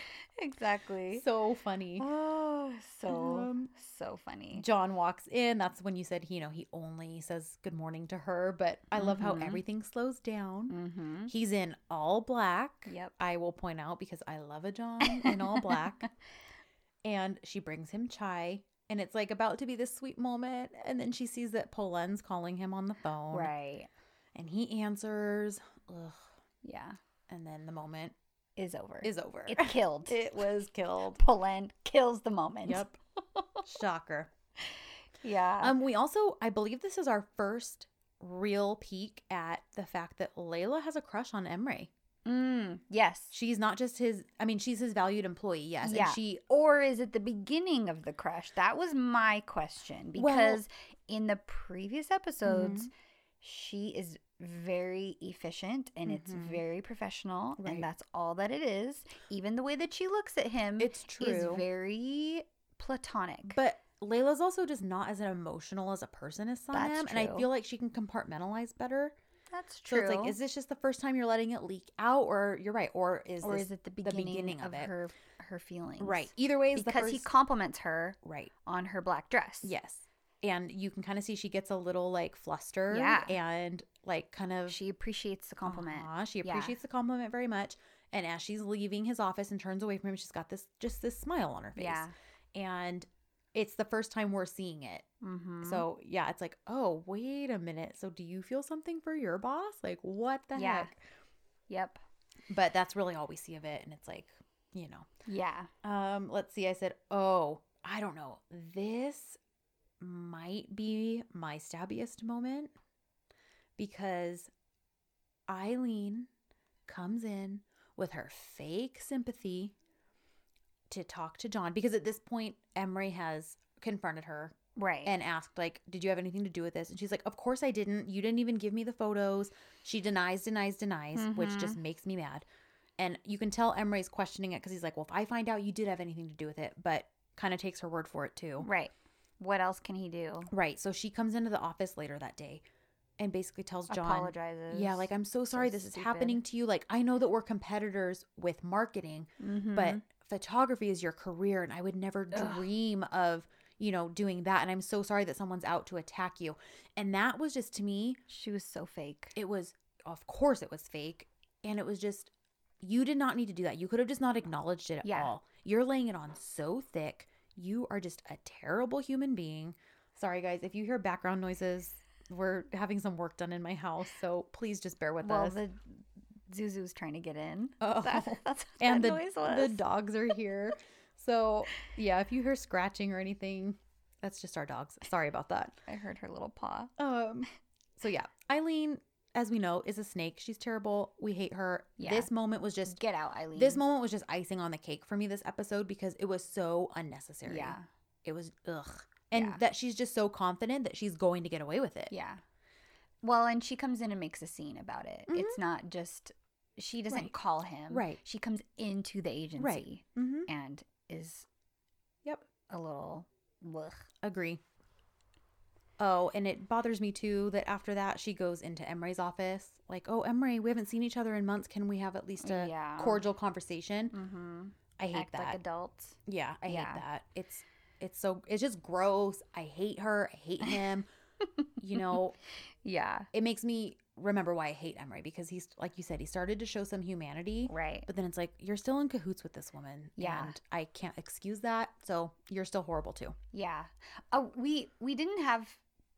S2: [LAUGHS]
S1: Exactly.
S2: So funny.
S1: oh, so
S2: Um,
S1: so funny.
S2: John walks in. That's when you said, he, you know, he only says good morning to her. But I love how
S1: Mhm.
S2: everything slows down.
S1: Mm-hmm.
S2: He's in all black.
S1: Yep.
S2: I will point out because I love [LAUGHS] a John in all black. and she brings him chai. And it's like about to be this sweet moment. And then she sees that Polen's calling him on the phone.
S1: Right.
S2: And he answers. Ugh.
S1: Yeah.
S2: And then the moment
S1: Is over.
S2: is over.
S1: it killed.
S2: [LAUGHS] It was killed.
S1: Poland kills the moment.
S2: [LAUGHS] yep. Shocker.
S1: Yeah.
S2: Um, we also, I believe this is our first real peek at the fact that Layla has a crush on Emre.
S1: Mm, yes.
S2: She's not just his, I mean, she's his valued employee, yes.
S1: Yeah.
S2: And she
S1: Or is it the beginning of the crush? That was my question
S2: Well- Mm-hmm.
S1: because in the previous episodes, she is very efficient and it's
S2: Mhm.
S1: very professional,
S2: Right.
S1: and that's all that it is. Even the way that she looks at him
S2: It's
S1: is
S2: true.
S1: very platonic.
S2: but Layla's also just not as emotional as a person as Sun
S1: That's
S2: am, and I
S1: true.
S2: feel like she can compartmentalize better.
S1: that's
S2: So
S1: true.
S2: it's like, is this just the first time you're letting it leak out, or you're right, or is
S1: or
S2: this
S1: is it the beginning,
S2: beginning
S1: of,
S2: of it?
S1: her her feelings?
S2: right? Either way, is the
S1: Because
S2: first,
S1: he compliments her
S2: right?
S1: on her black dress.
S2: Yes, and you can kind of see she gets a little like flustered,
S1: Yeah.
S2: and like kind of
S1: She appreciates the compliment.
S2: Uh-huh, She
S1: Yeah.
S2: appreciates the compliment very much. And as she's leaving his office and turns away from him, she's got this just this smile on her face.
S1: Yeah.
S2: And it's the first time we're seeing it.
S1: Mm-hmm.
S2: So yeah, it's like, oh, wait a minute. So do you feel something for your boss? Like what the
S1: Yeah.
S2: heck?
S1: Yep.
S2: But that's really all we see of it. And it's like, you know.
S1: Yeah.
S2: Um, let's see. I said, Oh, I don't know. This might be my stabbiest moment because Eileen comes in with her fake sympathy to talk to John because at this point Emery has confronted her
S1: Right.
S2: and asked like did you have anything to do with this and she's like of course I didn't you didn't even give me the photos she denies denies denies which
S1: Mhm.
S2: just makes me mad and you can tell Emery's questioning it cuz he's like well if I find out you did have anything to do with it but kind of takes her word for it too
S1: Right. What else can he do?
S2: Right. So she comes into the office later that day and basically tells John,
S1: Apologizes.
S2: Yeah, like I'm so sorry this is
S1: stupid."
S2: happening to you. Like I know that we're competitors with marketing,
S1: Mhm.
S2: but photography is your career and I would never
S1: Ugh.
S2: dream of, you know, doing that and I'm so sorry that someone's out to attack you. And that was just to me,
S1: she was so fake.
S2: it was of course it was fake and it was just you did not need to do that. You could have just not acknowledged it at
S1: Yeah.
S2: all. You're laying it on so thick. You are just a terrible human being. Sorry guys, if you hear background noises, we're having some work done in my house, so please just bear with
S1: well,
S2: us.
S1: the Zuzu's trying to get in.
S2: oh.
S1: [LAUGHS] That, that's what
S2: and
S1: that
S2: the
S1: noise was.
S2: the dogs are here. So, yeah, if you hear scratching or anything, that's just our dogs. Sorry about that.
S1: I heard her little paw.
S2: Um, so yeah, Eileen, as we know, is a snake. She's terrible. We hate her.
S1: Yeah.
S2: This moment was just
S1: Get out, Eileen.
S2: this moment was just icing on the cake for me this episode because it was so unnecessary.
S1: Yeah.
S2: It was ugh. And
S1: Yeah.
S2: that she's just so confident that she's going to get away with it.
S1: Yeah. Well, and she comes in and makes a scene about it.
S2: Mhm.
S1: It's not just she doesn't
S2: Right.
S1: call him.
S2: Right.
S1: She comes into the agency
S2: Mm-hmm.
S1: and is
S2: Yep.
S1: a little ugh.
S2: Agree. Oh, and it bothers me too that after that she goes into Emre's office. Like, oh, Emre, we haven't seen each other in months. Can we have at least a
S1: Yeah.
S2: cordial conversation?
S1: Mm-hmm.
S2: I hate
S1: Act
S2: that.
S1: like adults.
S2: Yeah, I
S1: Yeah.
S2: hate that. It's it's so it's just gross. I hate her. I hate
S1: [LAUGHS]
S2: him. you know,
S1: Yeah.
S2: it makes me remember why I hate Emery because he's like you said, he started to show some humanity,
S1: Right.
S2: but then it's like you're still in cahoots with this woman.
S1: Yeah.
S2: and I can't excuse that. So you're still horrible too.
S1: Yeah. Oh, we we didn't have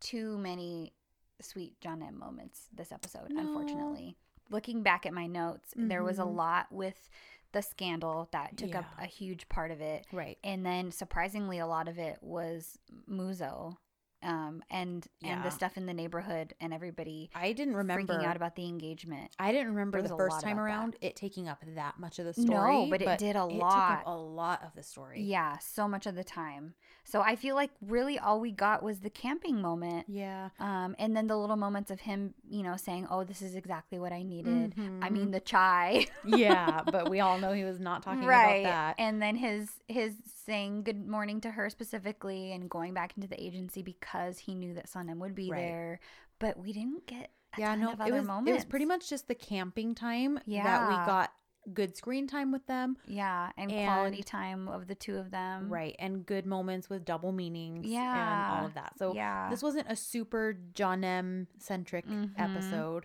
S1: too many sweet John M moments this episode,
S2: No.
S1: unfortunately. Looking back at my notes, there was a
S2: Mhm.
S1: lot with the scandal that took up
S2: Yeah.
S1: a huge part of it.
S2: Right.
S1: and then surprisingly a lot of it was Muzo um and and
S2: Yeah.
S1: the stuff in the neighborhood and everybody
S2: I didn't remember.
S1: freaking out about the engagement
S2: I didn't remember
S1: There was
S2: the
S1: a
S2: first
S1: lot
S2: time
S1: about that.
S2: around it taking up that much of the
S1: No,
S2: story.
S1: but it did a
S2: took up
S1: lot.
S2: a lot of the story.
S1: yeah so much of the time so i feel like really all we got was the camping moment
S2: Yeah.
S1: um and then the little moments of him you know saying oh this is exactly what i needed i
S2: [LAUGHS] Mhm.
S1: mean the chai [LAUGHS]
S2: yeah, but we all know he was not talking
S1: right
S2: about that.
S1: and then his his saying good morning to her specifically and going back into the agency because he knew that sonem would be
S2: Right.
S1: there but we didn't get a
S2: yeah,
S1: ton
S2: no,
S1: of
S2: it
S1: other
S2: was
S1: moments
S2: it was pretty much just the camping time that
S1: Yeah.
S2: we got good screen time with them,
S1: Yeah, and, quality
S2: And-
S1: time of the two of them.
S2: right, and good moments with double meanings, and
S1: Yeah.
S2: all of that. So
S1: yeah.
S2: this wasn't a super John M centric
S1: Mhm.
S2: episode,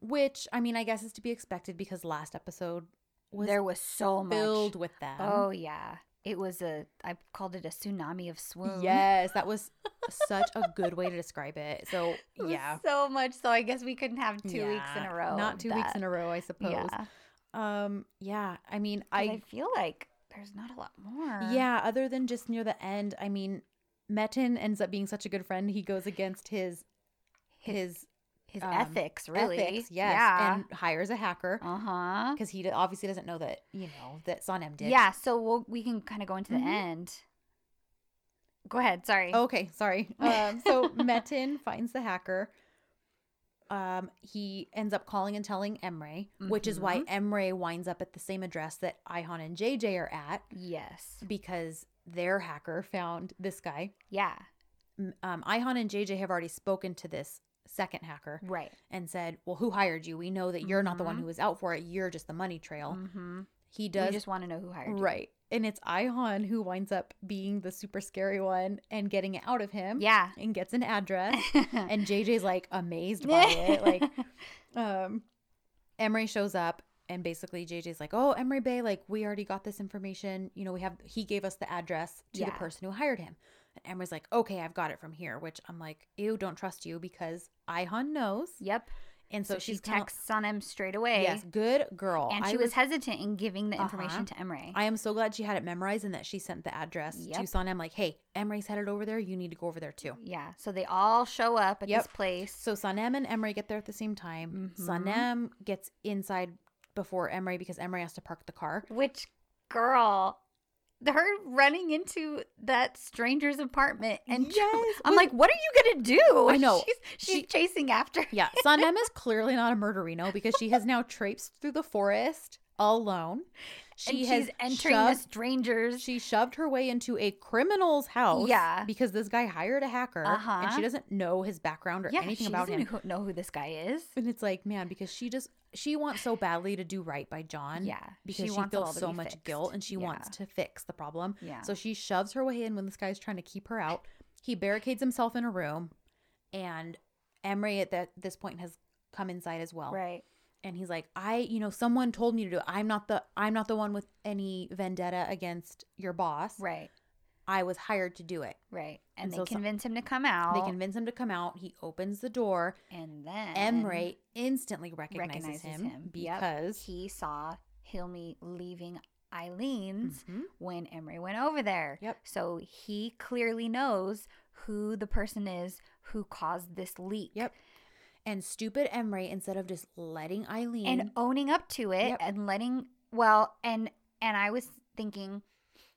S2: which I mean, I guess is to be expected because last episode was
S1: there was so much.
S2: filled with them.
S1: oh yeah. It was a I called it a tsunami of swoon.
S2: Yes, that was such a good way to describe it. So
S1: [LAUGHS] It was
S2: yeah,
S1: So much so I guess we couldn't have two weeks in a row.
S2: Not two weeks in a row, I suppose.
S1: Yeah. 'Cause
S2: Um, yeah. I mean,
S1: I,
S2: I
S1: feel like there's not a lot more.
S2: yeah. Other than just near the end, I mean, Metin ends up being such a good friend. He goes against his his
S1: His
S2: um,
S1: ethics really.
S2: ethics, yes,
S1: Yeah.
S2: and hires a hacker
S1: uh-huh.
S2: because he d- obviously doesn't know that you know that Sonem did.
S1: Yeah, so we'll, we can kind of go into
S2: Mhm.
S1: the end. Go ahead, sorry.
S2: Oh, Okay. Sorry. [LAUGHS] Um, so Metin finds the hacker. Um, he ends up calling and telling Emre, which is why
S1: Mm-hmm.
S2: Emre winds up at the same address that Ihan and JJ are at
S1: Yes.
S2: because their hacker found this guy.
S1: Yeah.
S2: m- um, Ihan and JJ have already spoken to this second hacker
S1: Right.
S2: and said, "Well, who hired you? We know that you're not the one
S1: Mhm.
S2: who was out for it. You're just the money trail."
S1: Mm-hmm.
S2: He
S1: We
S2: does
S1: just want to know who hired you.
S2: right, and it's Ihan who winds up being the super scary one and getting it out of him.
S1: Yeah.
S2: and gets an address,
S1: [LAUGHS]
S2: and JJ's like amazed by it. Like, um, Emery shows up. And basically, JJ's like, "Oh, Emery Bay, like we already got this information. You know, we have he gave us the address to the
S1: Yeah.
S2: person who hired him." And Emery's like, "Okay, I've got it from here." Which I'm like, "Ew, don't trust you because Ihan knows."
S1: [LAUGHS] yep.
S2: And so,
S1: So, she
S2: she's kinda-
S1: texts on him straight away.
S2: yes, good girl.
S1: And
S2: I
S1: she was, hesitant in giving the
S2: Uh-huh.
S1: information to Emery.
S2: I am so glad she had it memorized and that she sent the address to
S1: Yep.
S2: Son. I'm like, "Hey, Emery's headed over there. You need to go over there too."
S1: yeah. So they all show up at
S2: Yep.
S1: this place.
S2: So Sanem and Emery get there at the same time.
S1: Mhm.
S2: Sanem gets inside before Emery because Emery has to park the car.
S1: which girl? Her running into that stranger's apartment and tr-
S2: [LAUGHS] Yes,
S1: [LAUGHS] I'm like, what are you gonna do?
S2: I know.
S1: [LAUGHS] She's, she's chasing after.
S2: Yeah, Sanem is clearly not a murderino because she has now traipsed through the forest
S1: [LAUGHS]
S2: alone.
S1: and
S2: She has
S1: she's entering the
S2: shoved,
S1: strangers.
S2: she shoved her way into a criminal's house.
S1: Yeah.
S2: because this guy hired a hacker and
S1: Uh-huh.
S2: she doesn't know his background or
S1: yeah,
S2: anything
S1: she
S2: about
S1: doesn't
S2: him.
S1: who- know who this guy is.
S2: And it's like, man, because she just she wants so badly to do right by John.
S1: Yeah,
S2: because she,
S1: wants it all
S2: feels
S1: to
S2: so
S1: be
S2: much
S1: fixed.
S2: guilt and she wants
S1: Yeah.
S2: to fix the problem.
S1: Yeah.
S2: So she shoves her way in when this guy's trying to keep her out. He barricades himself in a room, and Emery at that this point has come inside as well.
S1: right.
S2: And he's like, I, you know, someone told me to do it. I'm not the I'm not the one with any vendetta against your boss.
S1: Right.
S2: I was hired to do it.
S1: Right. And,
S2: And
S1: they
S2: so some-
S1: convince him to come out.
S2: They convince him to come out. He opens the door.
S1: and then
S2: Emre instantly recognizes,
S1: recognizes
S2: him,
S1: him, Yep.
S2: because
S1: he saw Hilmi leaving Eileen's
S2: Mhm.
S1: when Emery went over there.
S2: Yep.
S1: So he clearly knows who the person is who caused this leak.
S2: Yep. And stupid Emre, instead of just letting Eileen,
S1: And owning up to it
S2: Mm-hmm. Yep.
S1: and letting well and and I was thinking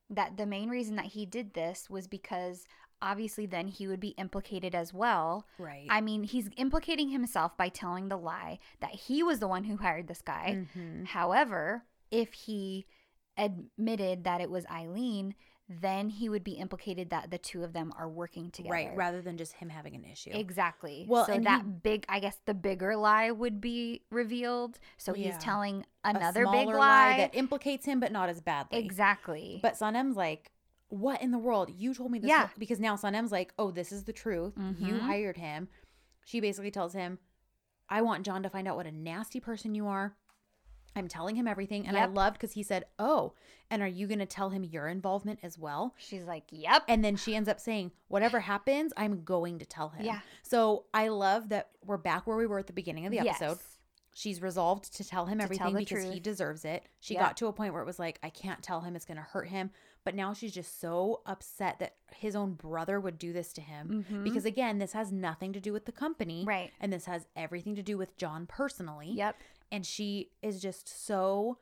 S1: that the main reason that he did this was because obviously then he would be implicated as well.
S2: right,
S1: I mean, he's implicating himself by telling the lie that he was the one who hired this guy.
S2: Mhm.
S1: However, if he admitted that it was Eileen, then he would be implicated that the two of them are working together.
S2: right, rather than just him having an issue.
S1: Exactly.
S2: Well,
S1: so
S2: and
S1: that
S2: he-
S1: big, I guess, the bigger lie would be revealed. So
S2: Yeah.
S1: he's telling
S2: A
S1: another big
S2: smaller
S1: lie.
S2: that implicates him, but not as badly.
S1: exactly.
S2: But Sanem's like, what in the world? You told me this.
S1: Yeah.
S2: whole-" Because now Sanem's like, oh, this is the truth. You
S1: Mhm.
S2: hired him. She basically tells him, I want John to find out what a nasty person you are. I'm telling him everything. And I
S1: Yep.
S2: loved because he said, oh, and are you going to tell him your involvement as well?
S1: she's like, "Yep."
S2: And then she ends up saying, whatever happens, I'm going to tell him.
S1: Yeah.
S2: So I love that we're back where we were at the beginning of the
S1: Yes.
S2: episode. She's resolved to tell him
S1: To tell
S2: everything
S1: the
S2: because he
S1: truth.
S2: deserves it. She
S1: Yeah.
S2: got to a point where it was like, I can't tell him, it's going to hurt him. But now she's just so upset that his own brother would do this to him.
S1: Mhm.
S2: Because again, this has nothing to do with the company.
S1: Right.
S2: And this has everything to do with John personally.
S1: Yep.
S2: And she is just so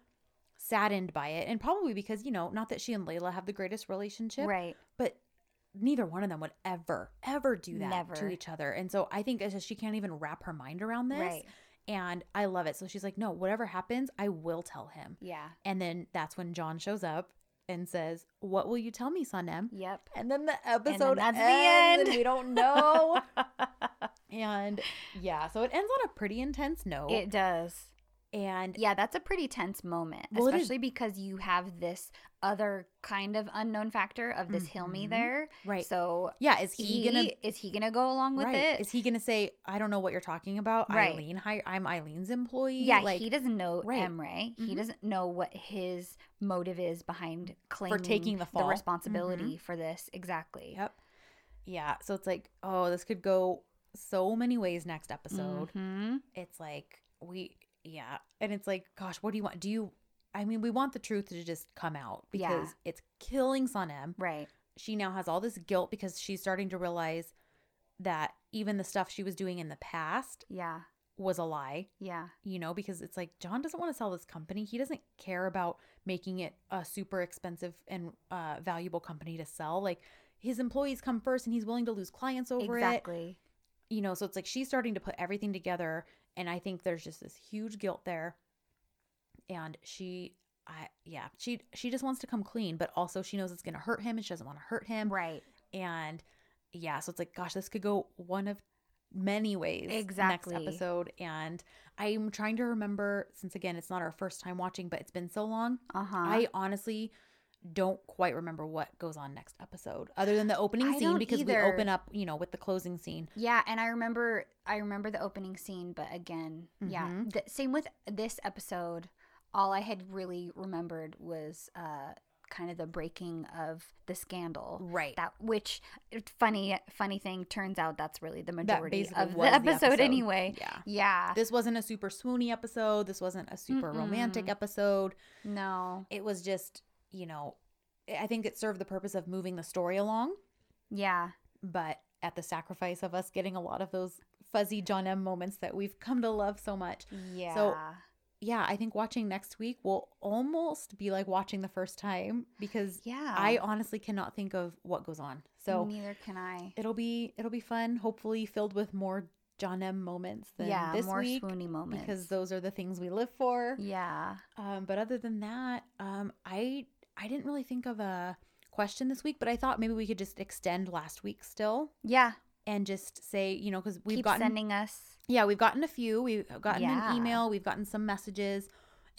S2: saddened by it. And probably because, you know, not that she and Layla have the greatest relationship
S1: Right.
S2: but neither one of them would ever ever do that to
S1: Never.
S2: each other and so i think it's just she can't even wrap her mind around this
S1: Right.
S2: and i love it so she's like no whatever happens i will tell him
S1: Yeah.
S2: and then that's when john shows up and says what will you tell me sonem
S1: Yep.
S2: and then the
S1: then
S2: episode
S1: that's the
S2: ends and
S1: end.
S2: we don't know [LAUGHS] and yeah so it ends on a pretty intense note
S1: It does.
S2: and
S1: Yeah, that's a pretty tense moment,
S2: Well, it is.
S1: especially because you have this other kind of unknown factor of this Hilmi
S2: Mhm.
S1: there.
S2: right
S1: So
S2: yeah is he,
S1: he,
S2: gonna
S1: is he gonna go along with
S2: right.
S1: it?
S2: Is he gonna say, I don't know what you're talking about?
S1: Right.
S2: Eileen hire I'm Eileen's employee.
S1: yeah,
S2: like
S1: he doesn't know
S2: Right.
S1: Emre. He
S2: Mhm.
S1: doesn't know what his motive is behind claiming
S2: taking the fall. Mm-hmm.
S1: responsibility for this. Exactly.
S2: Yep. Yeah. So it's like, oh, this could go so many ways next episode.
S1: Mhm.
S2: It's like we yeah. And it's like, gosh, what do you want? Do you I mean, we want the truth to just come out
S1: Yeah.
S2: because it's killing Sanem.
S1: Right.
S2: She now has all this guilt because she's starting to realize that even the stuff she was doing in the past
S1: Yeah.
S2: was a lie.
S1: Yeah.
S2: you know, because it's like John doesn't want to sell this company. He doesn't care about making it a super expensive and uh, valuable company to sell. Like his employees come first and he's willing to lose clients over
S1: exactly.
S2: it. You know, so it's like she's starting to put everything together. And I think there's just this huge guilt there. And she, I, yeah, she, she just wants to come clean, but also she knows it's going to hurt him and she doesn't want to hurt him.
S1: Right.
S2: And yeah, so it's like, gosh, this could go one of many ways.
S1: Exactly.
S2: Next episode. And I'm trying to remember, since again, it's not our first time watching, but it's been so long.
S1: Uh huh.
S2: I honestly don't quite remember what goes on next episode, other than the opening
S1: I
S2: scene,
S1: don't
S2: because we
S1: either.
S2: open up, you know, with the closing scene.
S1: Yeah, and I remember I remember the opening scene, but again, yeah,
S2: Mhm.
S1: the, same with this episode. All I had really remembered was uh, kind of the breaking of the scandal.
S2: Right.
S1: That which it's funny funny thing turns out that's really the majority
S2: basically
S1: of the
S2: was the
S1: episode,
S2: episode.
S1: anyway.
S2: yeah.
S1: Yeah.
S2: This wasn't a super swoony episode. This wasn't a super romantic
S1: Mm-mm.
S2: episode.
S1: No.
S2: It was just, you know, I think it served the purpose of moving the story along.
S1: Yeah.
S2: but at the sacrifice of us getting a lot of those fuzzy John M moments that we've come to love so much.
S1: Yeah.
S2: Yeah, I think watching next week will almost be like watching the first time because
S1: yeah.
S2: I honestly cannot think of what goes on. So
S1: neither can I.
S2: it'll be it'll be fun, hopefully filled with more John M moments than
S1: Yeah.
S2: this
S1: More
S2: week
S1: swoony moments.
S2: because those are the things we live for.
S1: yeah.
S2: Um, but other than that, um, I I didn't really think of a question this week, but I thought maybe we could just extend last week still
S1: Yeah.
S2: and just say, you know, because we've
S1: Keep
S2: gotten
S1: sending us.
S2: yeah, we've gotten a few. We've gotten
S1: Yeah.
S2: an email. We've gotten some messages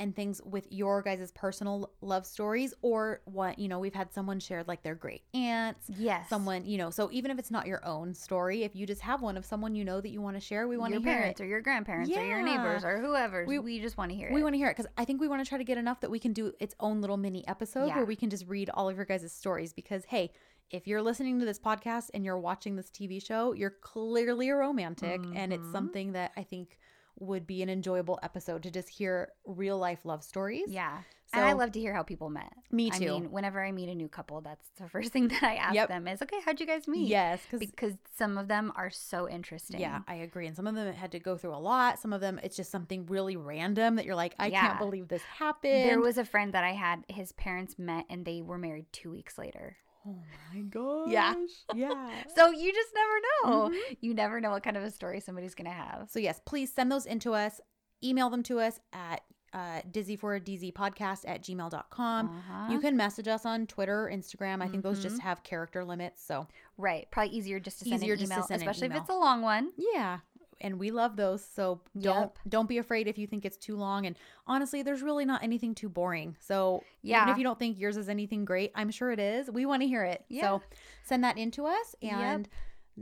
S2: and things with your guys' personal love stories or what, you know, we've had someone share like their great aunts,
S1: Yes.
S2: someone, you know, so even if it's not your own story, if you just have one of someone you know that you want to share, we want to
S1: your
S2: hear
S1: parents
S2: it.
S1: or your grandparents or your
S2: Yeah.
S1: neighbors or whoever.
S2: We-
S1: We, just want to hear
S2: We
S1: it.
S2: want to hear it because I think we want to try to get enough that we can do its own little mini episode
S1: Yeah.
S2: where we can just read all of your guys' stories because, hey, if you're listening to this podcast and you're watching this TV show, you're clearly a romantic and it's
S1: Mhm.
S2: something that I think would be an enjoyable episode to just hear real life love stories.
S1: Yeah.
S2: So,
S1: and I love to hear how people met.
S2: me
S1: I
S2: too.
S1: mean, whenever I meet a new couple, that's the [LAUGHS] first thing that I ask
S2: Yep.
S1: them is, okay, how'd you guys meet?
S2: yes, because
S1: Because some of them are so interesting.
S2: yeah, I agree. And some of them had to go through a lot. Some of them it's just something really random that you're like, I
S1: Yeah.
S2: can't believe this happened.
S1: There was a friend that I had, his parents met and they were married two weeks later.
S2: oh my gosh.
S1: Yeah.
S2: Yeah.
S1: [GASPS] So you just never know.
S2: Mhm.
S1: You never know what kind of a story somebody's going to have.
S2: So yes, please send those into us. Email them to us at uh, dizzy for a dizzy podcast at gmail.com.
S1: Uh-huh.
S2: You can message us on Twitter, Instagram. I think those just
S1: Mhm.
S2: have character limits. So
S1: right. Probably easier just to send
S2: Easier
S1: an
S2: just to
S1: email,
S2: send an
S1: especially if
S2: email.
S1: it's a long one.
S2: yeah, and we love those. So don't
S1: Yep.
S2: don't be afraid if you think it's too long. And honestly, there's really not anything too boring. So even
S1: Yeah.
S2: if you don't think yours is anything great, I'm sure it is. We want to hear it.
S1: Yeah.
S2: So send that in to us.
S1: Yep.
S2: And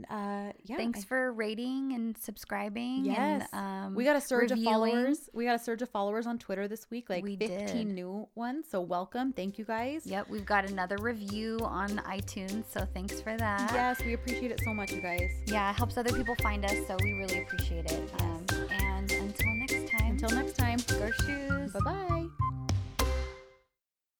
S2: uh, yeah,
S1: Thanks
S2: I-
S1: for rating and subscribing.
S2: Yes.
S1: And, um,
S2: we got a surge
S1: reviewing.
S2: of followers. We got a surge of followers on Twitter this week, like
S1: We
S2: 15
S1: did.
S2: new ones. So welcome. Thank you guys.
S1: Yep, we've got another review on iTunes, so thanks for that.
S2: Yes, we appreciate it so much, you guys.
S1: Yeah, it helps other people find us, so we really appreciate it. Um, and until next time,
S2: Until next time,
S1: go shoes.
S2: bye bye.